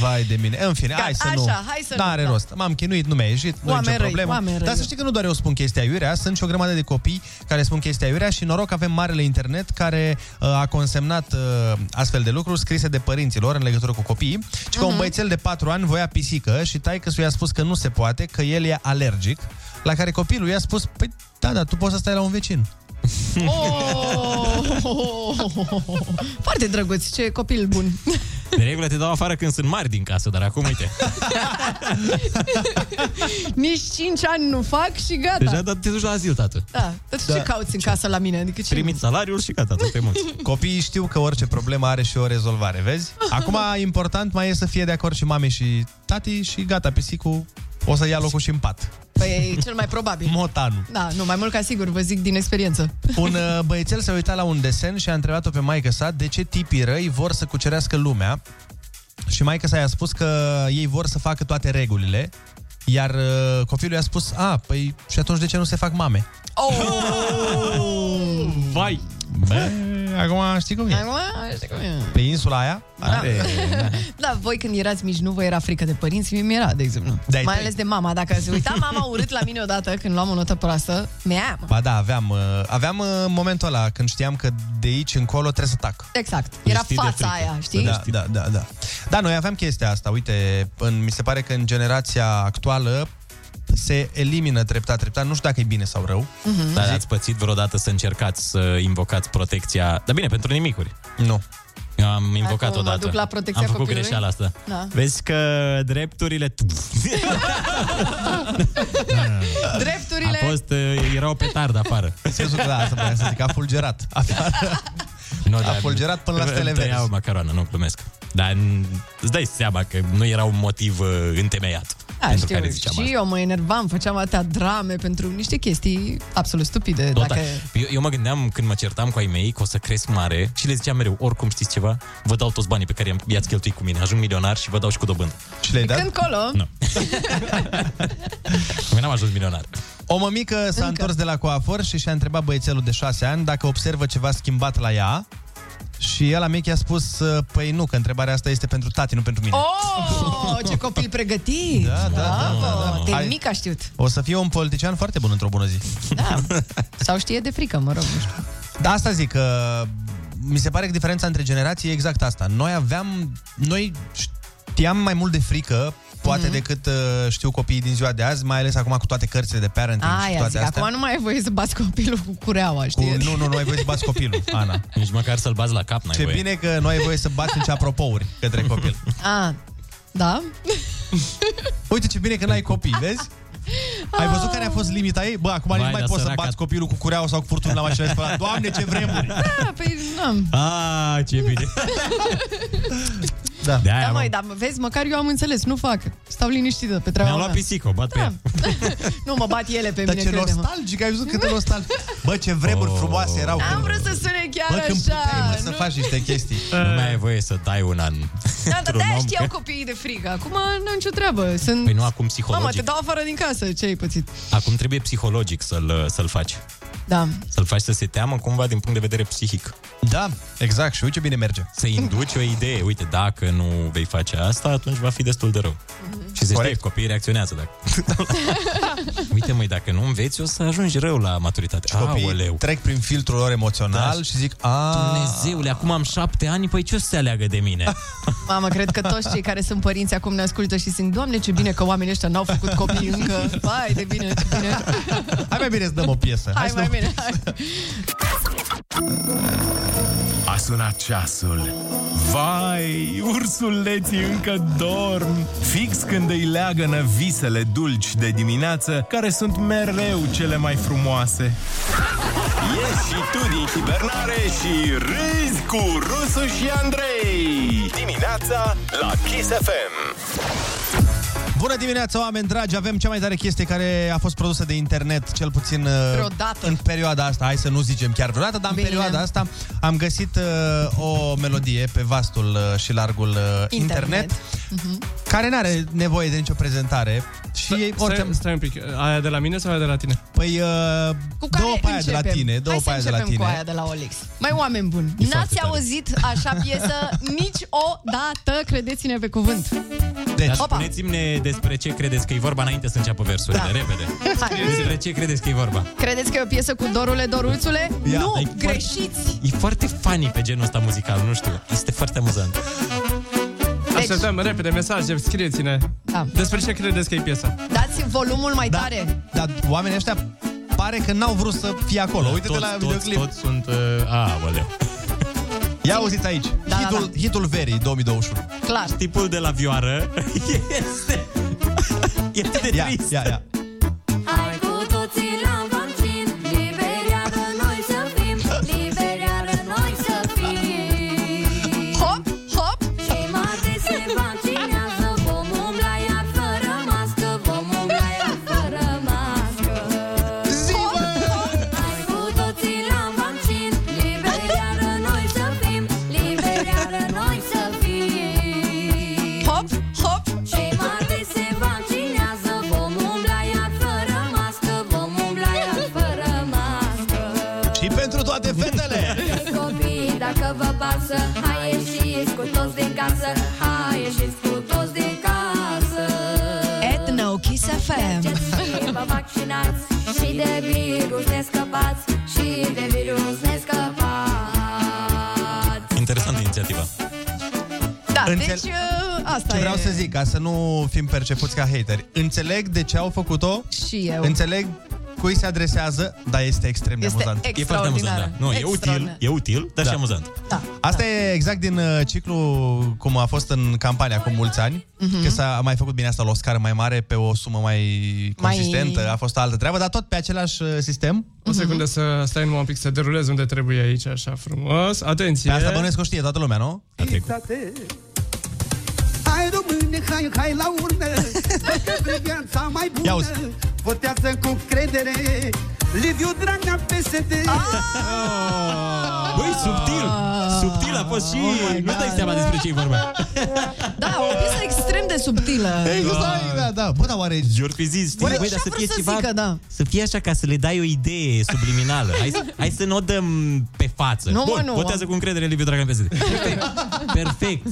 Speaker 5: Vai de mine. În fine,
Speaker 1: Gata,
Speaker 5: hai să
Speaker 1: așa,
Speaker 5: nu.
Speaker 1: hai să nu,
Speaker 5: N-are
Speaker 1: da.
Speaker 5: rost. M-am chinuit, nu mi-a ieșit, nu e
Speaker 1: Oameni
Speaker 5: nicio
Speaker 1: răi,
Speaker 5: problemă.
Speaker 1: oameni răi,
Speaker 5: Dar să
Speaker 1: da.
Speaker 5: știi că nu doar eu spun chestia iurea, sunt și o grămadă de copii care spun chestia iurea și noroc că avem marele internet care uh, a consemnat uh, astfel de lucruri scrise de părinților în legătură cu copiii. Și
Speaker 1: Mhm.
Speaker 5: că un băiețel de 4 ani voia pisică și taică i-a spus că nu se poate, că el e alergic, la care copilul i-a spus, păi da, da, tu poți să stai la un vecin. Mm.
Speaker 1: Oh! Foarte drăguț, ce copil bun.
Speaker 9: De regulă te dau afară când sunt mari din casă, dar acum uite.
Speaker 1: Nici 5 ani nu fac și gata.
Speaker 9: Deja da, te duci la azil, tată.
Speaker 1: Da, tot
Speaker 5: Da.
Speaker 1: ce cauți în casă la mine? Adică ce...
Speaker 9: Primiți salariul și gata, tot te mulți.
Speaker 5: Copiii știu că orice problemă are și o rezolvare, vezi? Acum, important mai e să fie de acord și mame și tati și gata, pisicul o să ia locul și în pat.
Speaker 1: Păi e cel mai probabil.
Speaker 5: Motanul.
Speaker 1: Da, nu, mai mult ca sigur, vă zic din experiență.
Speaker 5: Un uh, băiețel s-a uitat la un desen și a întrebat-o pe maică sa de ce tipii răi vor să cucerească lumea. Și maică sa i-a spus că ei vor să facă toate regulile, iar uh, copilul i-a spus, a, păi și atunci de ce nu se fac mame?
Speaker 1: Oh!
Speaker 5: Vai! Bă, acum știi cum e.
Speaker 1: Acum știi cum e.
Speaker 5: Pe insula aia are...
Speaker 1: Da, voi când erați mici, nu vă era frică de părinți, mie mi-era, de exemplu.
Speaker 5: De-ai
Speaker 1: Mai
Speaker 5: tăi.
Speaker 1: ales de mama. Dacă se uita mama urât la mine odată când luam o notă proastă, mi-am.
Speaker 5: Ba da, aveam, uh, aveam uh, momentul ăla când știam că de aici încolo trebuie să tac.
Speaker 1: Exact. Era
Speaker 5: Știi de
Speaker 1: fața
Speaker 5: frică.
Speaker 1: aia, știi?
Speaker 5: Da, da, da, da. Da, noi aveam chestia asta. Uite, în, mi se pare că în generația actuală se elimină treptat, treptat. Nu știu dacă e bine sau rău. Da,
Speaker 1: Mhm.
Speaker 9: Mm-hmm. Dar ați pățit vreodată să încercați să invocați protecția... Dar bine, pentru nimicuri.
Speaker 5: Nu.
Speaker 9: Eu am invocat
Speaker 1: Acum mă
Speaker 9: odată.
Speaker 1: duc la protecția
Speaker 9: Am făcut
Speaker 1: copilului?
Speaker 9: greșeala asta.
Speaker 1: Da.
Speaker 9: Vezi că drepturile...
Speaker 1: Drepturile...
Speaker 9: Da, A fost, uh, erau petard afară.
Speaker 5: Să zic, da, asta vreau să zic, a fulgerat. Afară.
Speaker 9: Nu,
Speaker 5: A fulgerat până la stele verzi.
Speaker 9: Tăiau macaroană, nu glumesc. Dar n- îți dai seama că nu era un motiv uh, întemeiat
Speaker 1: Da,
Speaker 9: pentru
Speaker 1: știu,
Speaker 9: care ziceam
Speaker 1: și
Speaker 9: asta.
Speaker 1: eu mă enervam, făceam atâtea drame pentru niște chestii absolut stupide.
Speaker 9: Tot
Speaker 1: dacă...
Speaker 9: a- eu, eu mă gândeam când mă certam cu ai mei că o să cresc mare și le ziceam mereu, oricum știți ceva, vă dau toți banii pe care i-am- i-ați cheltuit cu mine, ajung milionar și vă dau și cu dobândă.
Speaker 5: Și le-ai
Speaker 1: Când colo,
Speaker 9: Da? Nu. Cum Păi n-am ajuns milionar.
Speaker 5: O mămică s-a întors de la coafor și și-a întrebat băiețelul de șase ani dacă observă ceva schimbat la ea. Și el la mic i-a spus, păi nu, că întrebarea asta este pentru tati, nu pentru mine.
Speaker 1: Oh, ce copil pregătit!
Speaker 5: Da, da, da,
Speaker 1: Bravo!
Speaker 5: da, da.
Speaker 1: De
Speaker 5: Hai.
Speaker 1: mic a știut.
Speaker 5: O să fie un politician foarte bun într-o bună zi.
Speaker 1: Da. Sau știe de frică, mă rog, nu știu.
Speaker 5: Da, asta zic că mi se pare că diferența între generații e exact asta. Noi aveam, noi știam mai mult de frică
Speaker 1: Mhm.
Speaker 5: poate mm-hmm. decât uh, știu copiii din ziua de azi, mai ales acum cu toate cărțile de parenting și
Speaker 1: Aia
Speaker 5: toate
Speaker 1: zic,
Speaker 5: astea.
Speaker 1: acum nu mai ai voie să bați copilul cu cureaua, știi?
Speaker 5: Cu, nu, nu, nu ai voie să bați copilul, Ana.
Speaker 9: Nici măcar să-l bați la cap n-ai
Speaker 5: Ce
Speaker 9: voie.
Speaker 5: bine că nu ai voie să bați nici apropouri către copil.
Speaker 1: A, da?
Speaker 5: Uite ce bine că
Speaker 9: Păi
Speaker 5: n-ai copii, vezi? Ai văzut
Speaker 1: Ah,
Speaker 5: care a fost limita ei? Bă, acum
Speaker 9: Vai,
Speaker 5: nici mai
Speaker 9: dar
Speaker 5: poți să
Speaker 9: săraca-
Speaker 5: bați copilul cu cureaua sau cu furtunul la mașină de spălat. Doamne, ce vremuri!
Speaker 1: Da, păi, nu.
Speaker 9: A, ce bine.
Speaker 5: da.
Speaker 9: De
Speaker 1: Da,
Speaker 9: aia
Speaker 1: măi,
Speaker 9: am,
Speaker 1: dar vezi, măcar eu am înțeles, nu fac. Stau liniștită pe treaba
Speaker 9: mi-am luat
Speaker 1: mea.
Speaker 9: pisico, bat pe
Speaker 1: Da.
Speaker 9: el.
Speaker 1: Nu, mă bat ele pe
Speaker 5: Dar
Speaker 1: mine,
Speaker 5: ce
Speaker 1: crede-mă.
Speaker 5: nostalgic, ai văzut cât de nostalgic. Bă, ce
Speaker 9: Oh.
Speaker 5: vremuri frumoase erau.
Speaker 1: Am vrut să sune chiar
Speaker 5: Bă, când
Speaker 1: așa.
Speaker 5: puteai, mă,
Speaker 1: nu?
Speaker 5: să faci niște chestii.
Speaker 9: Nu mai ai voie să dai un an.
Speaker 1: Da, dar
Speaker 9: într-un
Speaker 1: de-aia
Speaker 9: om,
Speaker 1: știau
Speaker 9: că-
Speaker 1: copiii de frică. Acum n-am nicio treabă. Sunt...
Speaker 9: Păi nu acum
Speaker 1: Mamă, te
Speaker 9: psihologic.
Speaker 1: dau afară din casă. Ce ai pățit?
Speaker 9: Acum trebuie psihologic să-l, să-l faci.
Speaker 1: Da.
Speaker 9: Să-l faci să se teamă cumva din punct de vedere psihic.
Speaker 5: Da, exact. Și uite ce bine merge.
Speaker 9: Să-i induci o idee. Uite, dacă nu vei face asta, atunci va fi destul de rău. Și se știe, copiii reacționează. Dacă... Uite, măi, dacă nu înveți, o să ajungi rău la maturitate.
Speaker 5: Copiii
Speaker 9: Aoleu.
Speaker 5: trec prin filtrul lor emoțional da. și zic, a...
Speaker 9: Dumnezeule, acum am șapte ani, păi ce o să se aleagă de mine?
Speaker 1: Mamă, cred că toți cei care sunt părinți acum ne ascultă și simt, Doamne, ce bine că oamenii ăștia n-au făcut copii încă. Vai, de bine, ce bine.
Speaker 5: Hai mai bine să dăm o piesă.
Speaker 1: Hai,
Speaker 5: să
Speaker 1: mai
Speaker 5: dăm o
Speaker 1: bine,
Speaker 5: piesă.
Speaker 1: hai.
Speaker 2: A sunat ceasul. Vai, ursuleții încă dorm. Fix când îi leagănă visele dulci de dimineață, care sunt mereu cele mai frumoase.
Speaker 21: Ieși și tu din hibernare și râzi cu Rusu și Andrei. Dimineața la Kiss FM.
Speaker 5: Bună dimineața, oameni dragi! Avem cea mai tare chestie care a fost produsă de internet, cel puțin uh,
Speaker 1: Vreodată.
Speaker 5: în perioada asta. Hai să nu zicem chiar vreodată, dar în
Speaker 1: Bine.
Speaker 5: perioada asta am găsit uh, o melodie pe vastul uh, și largul uh, internet, internet
Speaker 19: Mhm.
Speaker 5: care nu are nevoie de nicio prezentare și ei orice...
Speaker 13: Stai, stai un pic, aia de la mine sau aia de la tine?
Speaker 5: Păi, uh,
Speaker 1: Cu care
Speaker 5: două pe aia de la
Speaker 1: începem?
Speaker 5: tine, două
Speaker 1: Hai
Speaker 5: pe aia
Speaker 1: să
Speaker 5: de la
Speaker 1: începem
Speaker 5: tine.
Speaker 1: cu aia de la Olix. Mai oameni buni,
Speaker 5: E foarte
Speaker 1: n-ați
Speaker 5: tare.
Speaker 1: auzit așa piesă nici o dată, credeți-ne pe cuvânt.
Speaker 9: Deci,
Speaker 1: Opa.
Speaker 9: spuneți-mi despre ce credeți că e vorba înainte să înceapă versurile,
Speaker 1: Da.
Speaker 9: repede.
Speaker 1: Hai.
Speaker 9: Despre ce credeți că e vorba?
Speaker 1: Credeți că e o piesă cu dorule, doruțule?
Speaker 9: Ia,
Speaker 1: nu,
Speaker 9: dar e foarte-
Speaker 1: greșiți!
Speaker 9: E foarte funny pe genul ăsta muzical, nu știu. Este foarte amuzant.
Speaker 13: Așteptăm repede mesaje, scrieți-ne.
Speaker 1: Da.
Speaker 13: Despre ce credeți că e piesa?
Speaker 1: Dați volumul mai
Speaker 5: Da.
Speaker 1: tare.
Speaker 5: Dar oamenii ăștia pare că n-au vrut să fie
Speaker 13: Da,
Speaker 5: acolo. Uite de
Speaker 9: toți,
Speaker 5: la
Speaker 9: toți,
Speaker 5: videoclip.
Speaker 9: toți sunt... Uh, a, oleu.
Speaker 5: Ia auziți aici.
Speaker 1: da,
Speaker 5: hitul, hitul verii 2021.
Speaker 1: Clar.
Speaker 9: Tipul de la vioară este... E atât de trist.
Speaker 5: Ia, ia.
Speaker 6: Hai cu toții la vaccin Liberează noi să fim Liberează noi să fim
Speaker 1: Hop, hop
Speaker 6: Și marți se vaccinează Vom umbla iar fără mască Vom umbla iar fără mască
Speaker 5: Zivă!
Speaker 6: Hai cu toții la vaccin Liberează noi să fim Liberează noi să fim
Speaker 1: Hop, hop
Speaker 6: Și marți se vaccinează Vom umbla iar fără mască Vom umbla iar fără mască
Speaker 5: Și pentru toate fetele!
Speaker 6: Copii, dacă vă pasă Hai ieșiți cu toți din casă Hai ieșiți cu toți din casă
Speaker 1: Etno Kiss FM.
Speaker 6: Și vă vaccinați Și de virus ne scăpați Și de virus ne scăpați
Speaker 9: Interesantă inițiativa.
Speaker 1: Da,
Speaker 5: Înțel-
Speaker 1: deci uh, asta
Speaker 5: Ce
Speaker 1: e.
Speaker 5: vreau să zic, ca să nu fim percepuți ca hateri. Înțeleg de ce au făcut-o,
Speaker 1: Și eu.
Speaker 5: înțeleg cui se adresează, dar este extrem de
Speaker 1: Este
Speaker 5: amuzant.
Speaker 1: E foarte amuzant, da.
Speaker 9: Nu, e
Speaker 1: Extraordinar.
Speaker 9: util, e util, dar
Speaker 5: Da.
Speaker 9: și amuzant.
Speaker 1: Da.
Speaker 5: Asta e exact din uh, ciclu cum a fost în campania acum mulți ani,
Speaker 1: Mhm.
Speaker 5: că s-a a mai făcut bine asta la o scară mai mare, pe o sumă mai
Speaker 1: Mai-
Speaker 5: consistentă, a fost altă treabă, dar tot pe același uh, sistem.
Speaker 13: O
Speaker 1: Mhm.
Speaker 13: secundă să stai numai un pic să derulez unde trebuie aici, așa frumos. Atenție!
Speaker 5: Pe asta bănuiesc că o știe toată lumea, nu?
Speaker 14: Hai române, hai, hai la urne Să vrei viața mai bună
Speaker 5: Ia uzi.
Speaker 14: Votează cu credere Liviu Dragnea PSD
Speaker 6: Ah!
Speaker 5: Ah!
Speaker 9: Băi, subtil! Subtil a fost și...
Speaker 1: Oh
Speaker 9: nu dai seama despre ce e vorba.
Speaker 1: Da, o piesă extrem de subtilă.
Speaker 5: Exact, da, da. Bă, dar oare...
Speaker 9: Ori fi zis, știi,
Speaker 1: Oare
Speaker 9: băi,
Speaker 1: ce
Speaker 9: dar
Speaker 1: a
Speaker 9: să
Speaker 1: vrut
Speaker 9: fie
Speaker 1: să
Speaker 9: ceva...
Speaker 1: zică, da.
Speaker 9: Să fie așa ca să le dai o idee subliminală. Hai, să- hai să nu o dăm pe față.
Speaker 1: Nu, mă,
Speaker 9: Bun,
Speaker 1: nu.
Speaker 9: votează cu încredere Liviu Dragan PSD. Perfect. Perfect.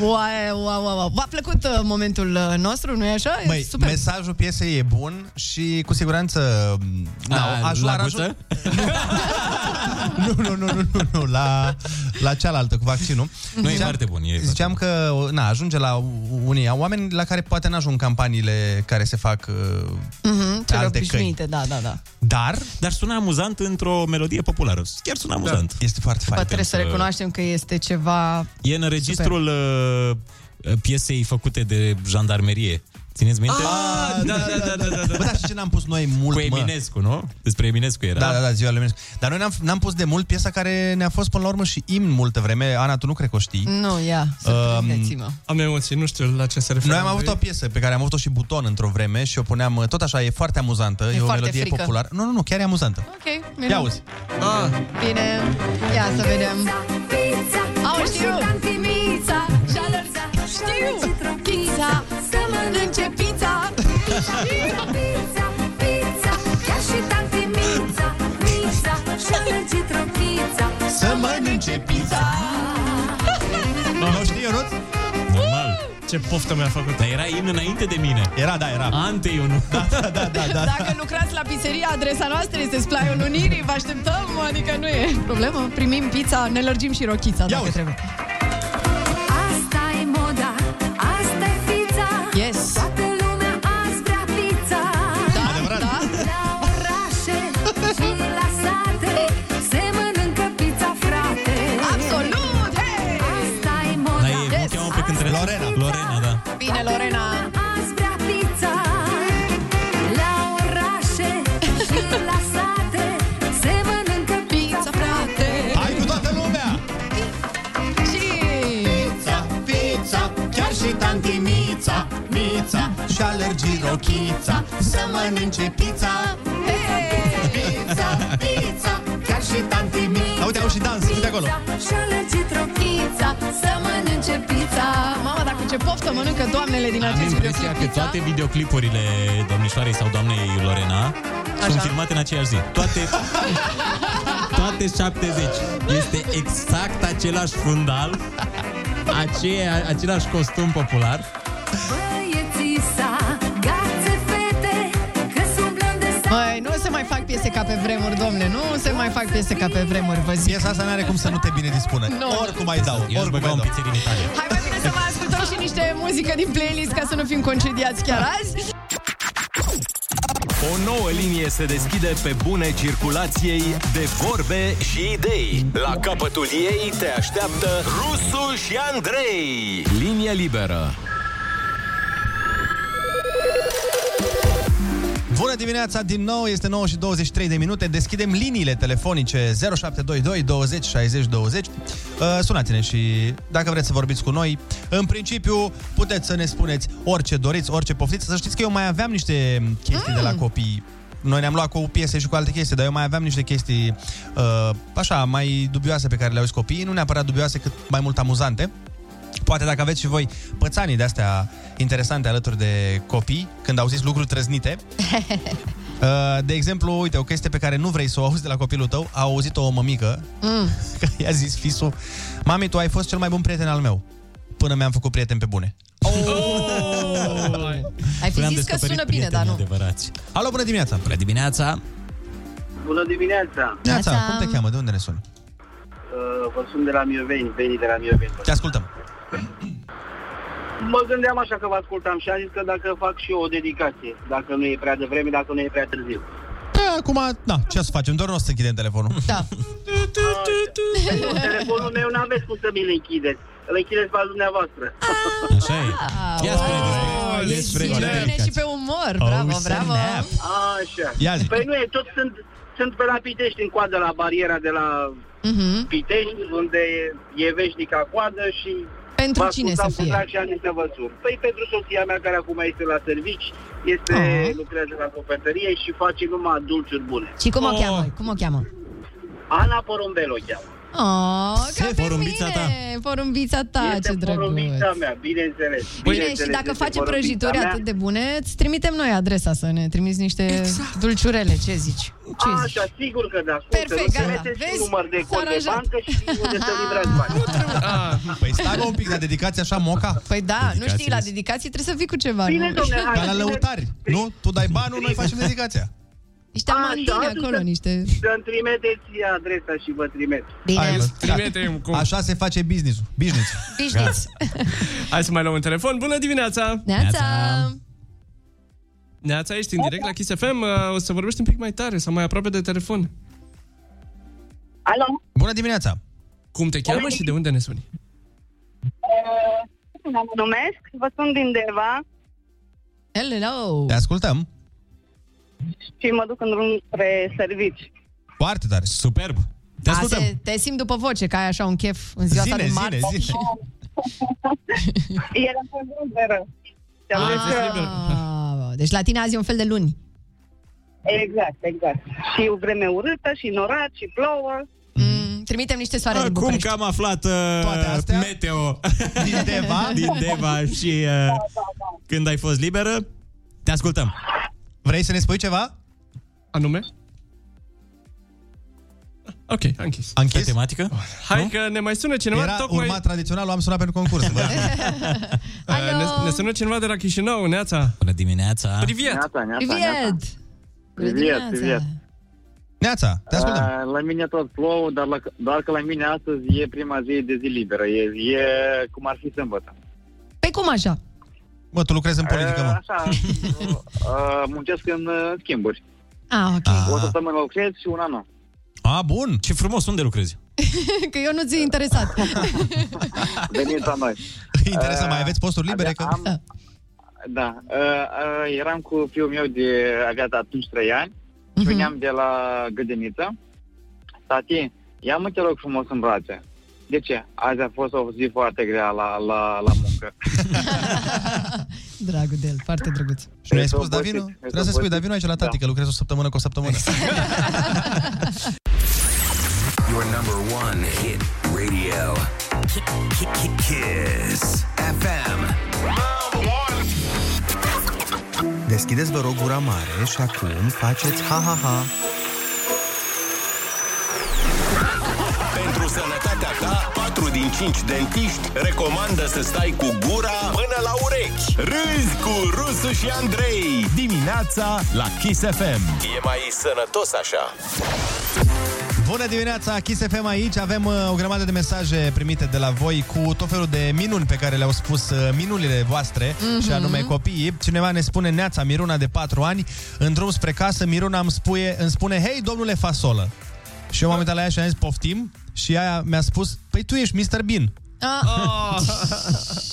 Speaker 1: Wow, wow, wow, wow. V-a plăcut uh, momentul uh, nostru, nu-i
Speaker 9: Ah,
Speaker 1: așa? E
Speaker 5: Măi,
Speaker 1: super.
Speaker 5: mesajul piesei e bun și cu siguranță...
Speaker 9: A,
Speaker 5: aș-
Speaker 9: la
Speaker 5: ar aju-
Speaker 9: guță?
Speaker 5: Nu, nu, nu, nu, nu, nu, la, la cealaltă cu vaccinul.
Speaker 9: Nu, e foarte bun, e foarte
Speaker 5: Ziceam că na, ajunge la unii oameni la care poate n-ajung campaniile care se fac uh,
Speaker 1: Mhm,
Speaker 5: pe
Speaker 1: cele
Speaker 5: alte căi.
Speaker 1: obișnuite, da, da, da.
Speaker 5: Dar
Speaker 9: Dar sună amuzant într-o melodie populară. Chiar sună amuzant.
Speaker 5: Da, este foarte
Speaker 1: Bă,
Speaker 5: fain.
Speaker 1: trebuie să
Speaker 9: că-
Speaker 1: recunoaștem că este ceva...
Speaker 9: E în registrul uh, piesei făcute de jandarmerie. Țineți minte?
Speaker 13: Ah, da, da, da, da, da, da.
Speaker 5: Bă, dar și ce n-am pus noi mult,
Speaker 9: Cu
Speaker 5: mă?
Speaker 9: Eminescu, nu? Despre Eminescu era.
Speaker 5: Da, da, da, ziua lui Eminescu. Dar noi n-am, n-am pus de mult piesa care ne-a fost până la urmă și imn multă vreme. Ana, tu nu cred că o știi.
Speaker 1: Nu, ia,
Speaker 5: Um,
Speaker 1: surprindeți-mă.
Speaker 13: Am emoții, nu știu la ce se referă.
Speaker 5: Noi am avut o piesă pe care am avut-o și buton într-o vreme și o puneam, uh, tot așa, e foarte amuzantă, e, o
Speaker 1: foarte
Speaker 5: melodie
Speaker 1: frică.
Speaker 5: populară. Nu, nu, nu, chiar e amuzantă.
Speaker 1: Ok,
Speaker 5: Ia
Speaker 1: bine.
Speaker 5: auzi.
Speaker 13: Ah,
Speaker 1: Bine, ia să vedem.
Speaker 6: Pizza,
Speaker 1: Au,
Speaker 6: Au,
Speaker 1: știu.
Speaker 6: știu Tantimița, jalărza, știu Pizza, să mănânce pizza Pizza, pizza, pizza, pizza Chiar și tantimița face pizza
Speaker 5: Nu știi, Ionut?
Speaker 9: Normal.
Speaker 2: Ce poftă mi-a făcut.
Speaker 9: Dar era imn înainte de mine.
Speaker 5: Era, da, era.
Speaker 9: Ante Ionu.
Speaker 5: Da, da, da, da. da.
Speaker 1: Dacă lucrați la pizzeria, adresa noastră este Splaiul Unirii. Vă așteptăm, adică nu e problemă. Primim pizza, ne lărgim și rochița dacă trebuie.
Speaker 6: Asta e moda, asta e pizza
Speaker 1: Yes
Speaker 6: Toată lumea azi vrea pizza
Speaker 1: Da, Adevărat. da
Speaker 6: La orașe și la sate Se mănâncă pizza, frate
Speaker 1: Absolut, hei!
Speaker 6: Asta e
Speaker 9: Dar
Speaker 6: moda
Speaker 9: e, yes. cheamă pe cântăreț. Lorena. Lorena, da.
Speaker 1: Bine, Lorena!
Speaker 6: Azi vrea pizza La orașe și la sate Se mănâncă pizza, frate
Speaker 5: Hai cu toată lumea!
Speaker 1: Și...
Speaker 6: Pizza,
Speaker 5: pizza, chiar și tanti Mița, Mița Și alergi rochița să mănânce pizza
Speaker 6: Pizza, pizza, chiar și tanti Mița
Speaker 5: Uite, au și dans, uite acolo
Speaker 6: Și-a lărgit rochița Să mănânce pizza
Speaker 1: Mama, dar cu ce poftă mănâncă doamnele din
Speaker 9: Am
Speaker 1: acest
Speaker 9: impresia
Speaker 1: videoclip da?
Speaker 9: că toate videoclipurile domnișoarei sau doamnei Lorena sunt filmate în aceeași zi. Toate, toate 70. Este exact același fundal, aceea, același costum popular.
Speaker 6: Băieții sa, gațe fete Că se umblăm de sa
Speaker 1: Măi, nu se mai fac piese ca pe vremuri, domne, nu se mai fac piese ca pe vremuri, vă zic.
Speaker 5: Piesa asta nu are cum să nu te bine dispune
Speaker 1: Nu.
Speaker 5: Oricum ai dau
Speaker 9: Eu aș băga un pizzerii în Italia.
Speaker 1: Hai mai bine să mai ascultăm și niște muzică din playlist ca să nu fim concediați chiar azi.
Speaker 2: O nouă linie se deschide pe bune circulației de vorbe și idei.
Speaker 22: La capătul ei te așteaptă Rusu și Andrei.
Speaker 2: Linie liberă.
Speaker 5: Bună dimineața din nou, este 9 și 23 de minute Deschidem liniile telefonice 0722 20 60 20 uh, Sunați-ne și dacă vreți să vorbiți cu noi În principiu puteți să ne spuneți orice doriți, orice poftiți Să știți că eu mai aveam niște chestii mm. de la copii noi ne-am luat cu piese și cu alte chestii, dar eu mai aveam niște chestii uh, așa, mai dubioase pe care le auzi copiii, nu neapărat dubioase, cât mai mult amuzante. Poate dacă aveți și voi pățanii de-astea interesante alături de copii, când au zis lucruri trăznite, Uh, De exemplu, uite, o chestie pe care nu vrei să o auzi de la copilul tău, a auzit-o o mămică,
Speaker 1: Mm.
Speaker 5: că i-a zis fisul, Mami, tu ai fost cel mai bun prieten al meu, până mi-am făcut prieten pe bune. Oh!
Speaker 1: Ai fi zis că sună bine, dar nu.
Speaker 9: Adevărați.
Speaker 5: Alo, bună dimineața!
Speaker 9: Bună dimineața!
Speaker 23: Bună dimineața!
Speaker 5: Neața, cum te cheamă? De unde ne suni?
Speaker 23: Uh, vă sun de la Mioveni, Beni de la Mioveni.
Speaker 5: Te ascultăm.
Speaker 23: Mă gândeam așa că vă ascultam și am zis că dacă fac și eu o dedicație, dacă nu e prea devreme, dacă nu e prea târziu.
Speaker 5: Da, acum, na, ce să facem? Doar nu o să închidem telefonul.
Speaker 1: Da.
Speaker 23: Nu, telefonul meu nu aveți cum să mi-l închideți. Îl închideți pe al dumneavoastră.
Speaker 9: Ah, Așa e. Ia spune despre, despre
Speaker 1: Și bine și pe umor, bravo, bravo.
Speaker 23: Așa.
Speaker 1: Ia zi.
Speaker 23: Păi nu e, tot sunt, sunt pe la Pitești, în coadă la bariera de la
Speaker 1: Mhm.
Speaker 23: Pitești, unde e veșnica coadă și...
Speaker 1: Pentru
Speaker 23: mă
Speaker 1: cine
Speaker 23: ascultam
Speaker 1: să
Speaker 23: cu
Speaker 1: fie?
Speaker 23: drag și am zis să vă sun. Păi pentru soția mea care acum este la servici, este,
Speaker 1: Ah.
Speaker 23: lucrează la copetărie și face numai dulciuri bune.
Speaker 1: Și cum o cheamă? Cum o cheamă?
Speaker 23: Ana Porumbel o cheamă.
Speaker 1: Oh,
Speaker 23: Se,
Speaker 1: ca pe
Speaker 23: porumbița
Speaker 1: mine, porumbița ta,
Speaker 23: este
Speaker 1: Da, ce drăguț.
Speaker 23: porumbița mea, bineînțeles.
Speaker 1: Bine, și
Speaker 23: bineînțeles,
Speaker 1: dacă
Speaker 23: este
Speaker 1: face
Speaker 23: porumbița
Speaker 1: prăjituri
Speaker 23: mea.
Speaker 1: atât de bune, îți trimitem noi adresa să ne trimiți niște dulciurele, ce zici? Ce zici?
Speaker 23: Așa, sigur că da. Perfect,
Speaker 1: gata.
Speaker 23: gata. Vezi?
Speaker 1: Vezi?
Speaker 23: număr de
Speaker 1: S-a
Speaker 23: cont de
Speaker 1: aranjat.
Speaker 23: bancă și unde să livrați bani.
Speaker 5: Păi stai mă, un pic, dar dedicație așa, moca?
Speaker 1: Păi da, nu știi, la dedicație trebuie să vii cu ceva.
Speaker 23: Bine,
Speaker 1: nu?
Speaker 23: domne, hai,
Speaker 5: Ca la lăutari, nu? Tu dai banul, noi facem dedicația.
Speaker 1: Niște
Speaker 23: Așa,
Speaker 1: amandine
Speaker 23: atunci
Speaker 1: acolo,
Speaker 23: să-
Speaker 1: niște...
Speaker 23: Să-mi trimiteți adresa și vă trimit.
Speaker 1: Bine.
Speaker 13: Trimite-mi cum.
Speaker 5: Așa se face business-ul. Business.
Speaker 1: Bișniți.
Speaker 13: Hai să mai luăm un telefon. Bună dimineața!
Speaker 1: Neața!
Speaker 13: Neața, ești în direct la Kiss FM. Uh, O să vorbești un pic mai tare sau mai aproape de telefon.
Speaker 18: Alo?
Speaker 5: Bună dimineața!
Speaker 13: Cum te cheamă și de unde ne suni?
Speaker 18: Mă numesc, vă sunt din Deva
Speaker 1: Hello!
Speaker 5: Te ascultăm.
Speaker 18: și mă duc în drum spre servici.
Speaker 5: Foarte tare.
Speaker 9: Superb.
Speaker 1: Te, A, se, te simt după voce că ai așa un chef în ziua ta de marți.
Speaker 18: Era pe drum de rău. Și am
Speaker 1: Ah,
Speaker 18: zis că-
Speaker 1: Deci la tine azi e un fel de luni.
Speaker 18: Exact, exact. Și o vreme urâtă, și norat, și plouă.
Speaker 1: Mm, Trimitem niște soare din
Speaker 9: Cum
Speaker 1: București.
Speaker 9: că am aflat uh, meteo
Speaker 5: din Deva,
Speaker 9: din Deva și uh, da, da, da. când ai fost liberă, te ascultăm.
Speaker 5: Vrei să ne spui ceva?
Speaker 13: Anume? Ok, a închis.
Speaker 6: A închis? Pe tematică?
Speaker 13: Hai că ne mai sună cineva.
Speaker 5: Era
Speaker 13: tocmai...
Speaker 5: urma tradiționalul, am sunat pentru concurs. Vă
Speaker 13: Uh, ne, ne sună cineva de la Chișinău, Neața.
Speaker 6: Bună dimineața.
Speaker 13: Privet. Neața,
Speaker 1: Privet!
Speaker 13: Neața.
Speaker 1: Bună dimineața!
Speaker 5: Neața, te ascultăm.
Speaker 23: A, La mine tot plouă, dar la, doar că la mine astăzi e prima zi de zi liberă. E, e cum ar fi sâmbătă.
Speaker 1: Pe cum așa?
Speaker 5: Bă, tu lucrezi în politică,
Speaker 23: A,
Speaker 5: mă.
Speaker 23: Așa, a, muncesc în a, schimburi.
Speaker 1: Ah, ok.
Speaker 23: O săptămână lucrez și una nu.
Speaker 6: A, bun. Ce frumos, unde lucrezi?
Speaker 1: Că eu nu ți-i interesat.
Speaker 23: Veniți la noi.
Speaker 5: Interesant,
Speaker 1: Uh,
Speaker 5: mai aveți posturi libere? Că...
Speaker 1: Da.
Speaker 23: Da, uh, uh, eram cu fiul meu de avea de atunci 3 ani
Speaker 5: Mhm.
Speaker 23: și veneam de la grădiniță. Tati, ia-mă te rog frumos în brațe. De ce? Azi a fost o zi foarte grea la, la, la muncă.
Speaker 1: Dragul de el, foarte drăguț.
Speaker 5: Și nu ai spus,
Speaker 23: obosit,
Speaker 5: Davino?
Speaker 23: ești
Speaker 5: Trebuie să spui,
Speaker 23: obosit.
Speaker 5: Davino aici la tati, că lucrezi o săptămână cu o săptămână.
Speaker 2: Your number one hit radio. Kiss FM.
Speaker 14: Deschideți, vă rog, gura mare și acum faceți ha-ha-ha.
Speaker 2: Pentru sănătatea ta, 4 din 5 dentiști recomandă să stai cu gura până la urechi. Râzi cu Rusu și Andrei.
Speaker 24: Dimineața la Kiss FM.
Speaker 2: E mai sănătos așa.
Speaker 5: Bună dimineața, Kiss FM aici. Avem uh, o grămadă de mesaje primite de la voi cu tot felul de minuni pe care le-au spus uh, minunile voastre
Speaker 24: Mhm.
Speaker 5: și anume copiii. Cineva ne spune Neața, Miruna de 4 ani, în drum spre casă, Miruna îmi, spuie, îmi spune Hei, domnule Fasolă! Și eu m-am uitat la ea și am zis poftim și aia mi-a spus Păi tu ești Mr. Bean.
Speaker 1: Ah.
Speaker 5: Ah.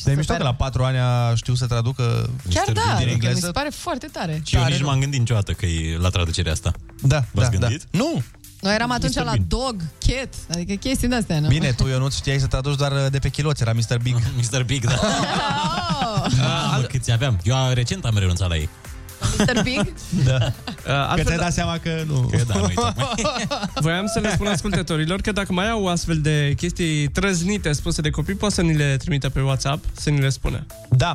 Speaker 5: De mișto că la 4 ani a știut să traducă
Speaker 1: Chiar da, mi
Speaker 5: din
Speaker 1: se
Speaker 5: engleză.
Speaker 1: pare foarte tare.
Speaker 9: Și eu
Speaker 1: Tare,
Speaker 9: nici nu
Speaker 1: nu?
Speaker 9: m-am gândit niciodată că e la traducerea asta.
Speaker 5: Da,
Speaker 9: V-ați
Speaker 5: da, da.
Speaker 9: gândit?
Speaker 5: Nu!
Speaker 1: Noi eram atunci
Speaker 5: Mr.
Speaker 1: la
Speaker 5: Bean.
Speaker 1: dog, cat, adică chestii de astea, nu?
Speaker 5: Bine, tu, eu nu știai să traduci doar uh, de pe chiloți, era Mr. Big.
Speaker 9: Mr. Big, da.
Speaker 1: Oh!
Speaker 9: Ah, mă, câți aveam? Eu a, recent am renunțat la ei.
Speaker 1: Mr. Big?
Speaker 5: Da.
Speaker 13: altfel,
Speaker 5: Că ți-ai dat seama că nu.
Speaker 9: Că da, nu-i
Speaker 13: Voiam să le spun ascultătorilor că dacă mai au astfel de chestii trăznite spuse de copii, poate să ni le trimită pe WhatsApp, să ni le spune.
Speaker 5: Da.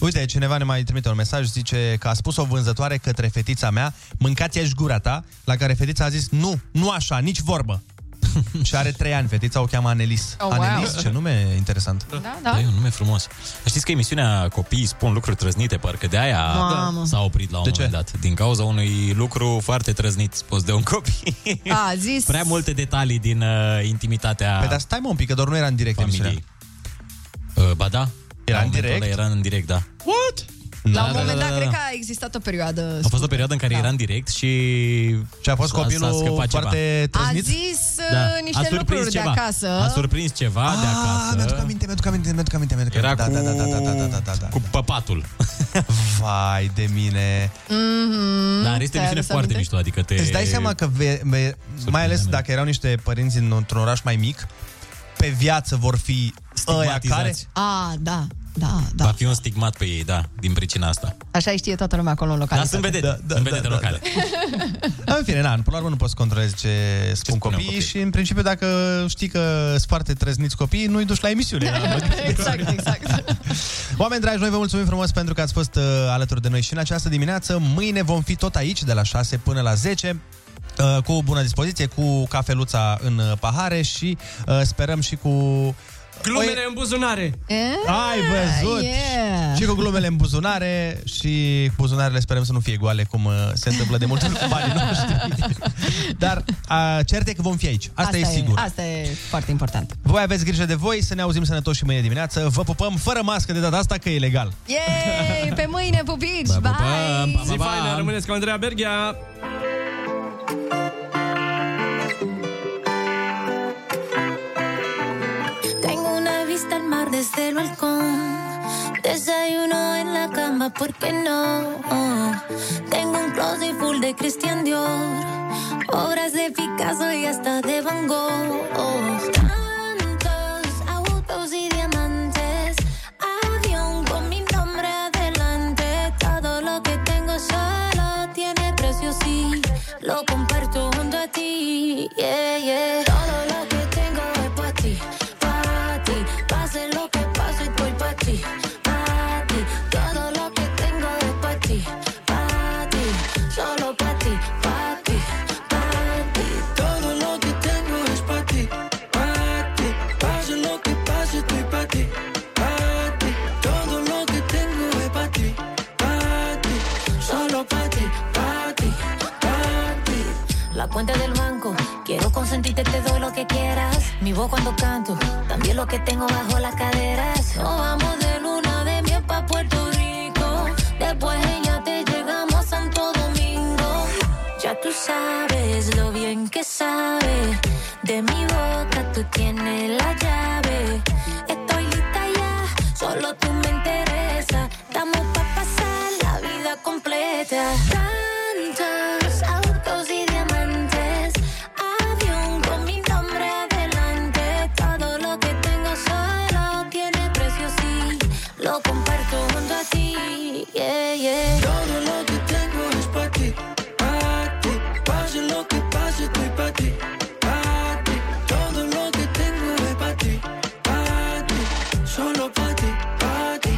Speaker 5: Uite, cineva ne mai trimite un mesaj, zice că a spus o vânzătoare către fetița mea, mâncați ești gura ta, la care fetița a zis, nu, nu așa, nici vorbă. și are trei ani, fetița o cheamă Anelis.
Speaker 9: Oh, wow.
Speaker 5: Anelis, ce nume interesant.
Speaker 1: Da,
Speaker 9: Da, e un nume frumos. Știți că emisiunea Copiii spun lucruri trăznite, parcă de aia
Speaker 1: Mamă.
Speaker 9: s-a oprit la un moment dat. Din cauza unui lucru foarte trăznit spus de un copil.
Speaker 1: A, zis...
Speaker 9: Prea multe detalii din uh, intimitatea
Speaker 5: Păi, dar stai mă un pic, că doar nu era în direct
Speaker 9: familiei. Uh, ba da. Era în direct? Era în direct, da.
Speaker 1: What? La un moment dat,
Speaker 9: da,
Speaker 1: cred
Speaker 9: da.
Speaker 1: că a Da. existat o perioadă...
Speaker 9: A fost o perioadă în care era în direct și...
Speaker 5: Și a fost copilul foarte
Speaker 1: A zis uh, niște
Speaker 9: Da. surprins
Speaker 1: lucruri de
Speaker 9: ceva.
Speaker 1: acasă.
Speaker 9: A surprins ceva de acasă.
Speaker 5: Ah, mi-aduc aminte, mi-aduc aminte, mi-aduc aminte, mi-aduc
Speaker 9: Era
Speaker 5: aminte.
Speaker 9: cu...
Speaker 5: Da, da, da, da, da, da, da, da, da.
Speaker 9: cu păpatul.
Speaker 5: Vai de mine.
Speaker 1: Mhm.
Speaker 9: Dar este o emisiune
Speaker 1: Ți-ai adus
Speaker 9: foarte
Speaker 1: aminte?
Speaker 9: mișto, adică te...
Speaker 5: Îți dai seama că, ve, ve, mai ales dacă erau niște părinți într-un oraș mai mic, pe viață vor fi ăia care...
Speaker 1: A, da, da.
Speaker 9: Va fi un stigmat pe ei, da, din pricina asta.
Speaker 1: Așa îi știe toată lumea acolo în
Speaker 9: Dar
Speaker 1: localitate.
Speaker 9: sunt vedete, da, da, sunt vedete da, locale.
Speaker 5: Da, în fine, na, până la urmă nu poți să controlezi ce, ce spun copiii copii. și în principiu dacă știi că sunt foarte trăzniți copiii, nu-i duci la emisiune. na,
Speaker 1: exact, exact.
Speaker 5: Oameni dragi, noi vă mulțumim frumos pentru că ați fost uh, alături de noi și în această dimineață. Mâine vom fi tot aici, de la 6 până la 10 uh, cu bună dispoziție, cu cafeluța în uh, pahare și uh, sperăm și cu...
Speaker 13: Glumele în buzunare!
Speaker 5: Ai văzut!
Speaker 13: yeah.
Speaker 5: Și cu glumele în buzunare și cu buzunarele sperăm să nu fie goale, cum uh, se întâmplă de multe ori cu banii noștri. Dar uh, cert e că vom fi aici. Asta, Asta e sigur.
Speaker 1: Asta e foarte important.
Speaker 5: Voi aveți grijă de voi, să ne auzim sănătoși și mâine dimineață. Vă pupăm fără mască de data asta, că e legal.
Speaker 1: Yay! Pe mâine, pupici! Bye!
Speaker 13: Zi faină, rămâneți cu Andreea Berghia!
Speaker 19: Tengo una vista al mar desde el balcón. Desayuno en la cama, ¿por qué no? Tengo un closet full de Christian Dior. Obras de Picasso y hasta de Van Gogh. Tantos autos y diamantes. Avión con mi nombre adelante. Todo lo que tengo solo tiene precio, sí. Lo comparto junto a ti. Yeah, yeah. Todo lo que tengo es para ti. Para ti. Pase lo que pase, estoy para ti. Para ti. Todo lo que tengo es para ti. Para ti. Solo para ti. Para ti. Para ti. Todo lo que tengo la cuenta del banco. Quiero consentirte, te doy lo que quieras. Mi voz cuando canto, también lo que tengo bajo las caderas. Nos vamos de luna de miel pa' Puerto Rico. Después ella te llegamos a Santo Domingo. Ya tú sabes lo bien que sabe. De mi boca tú tienes la llave. Estoy lista ya, solo tú me interesa. Estamos pa' pasar la vida completa. Tantos autos y diamantes. Avión con mi nombre adelante. Todo lo que tengo solo tiene precio, sí. Lo comparto junto a ti. Yeah, yeah.
Speaker 14: Todo lo que tengo es para ti, para ti. Pase lo que pase, estoy para ti, para ti. Todo lo que tengo es para ti, para ti. Solo para ti, para ti,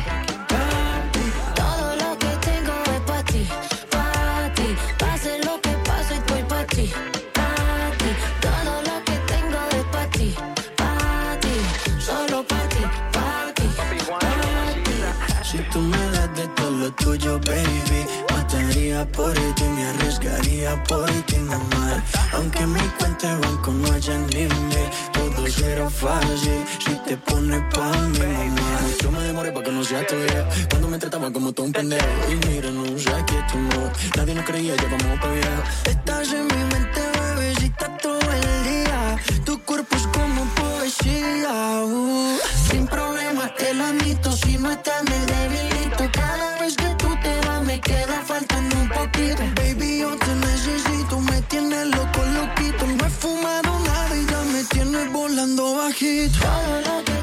Speaker 14: para ti.
Speaker 19: Todo lo que tengo es para ti, para ti. Pase lo que pase, estoy para ti, para ti. Todo lo que tengo es para ti, para ti. Solo para ti, para ti.
Speaker 14: Si tú me das de todo lo tuyo, baby Mataría por ti, me arriesgaría por ti, mamá Aunque mi cuenta de banco no haya límite Todo será fácil si te pones pa' mi mamá Yo me demoré pa' que no sea tuya Cuando me trataban como todo un pendejo Y mira, no sé que tú no Nadie nos creía, ya vamos pa' viejo Estás en mi mente, bebecita, todo el día. Tu cuerpo es como poesía. uh. Sin problema, te lo admito. Si no estás, me debilito. Cada vez que tú te vas, me queda faltando un poquito. Baby, yo te necesito. Me tienes loco, loquito. No he fumado nada y ya me tienes volando bajito.
Speaker 19: Todo lo que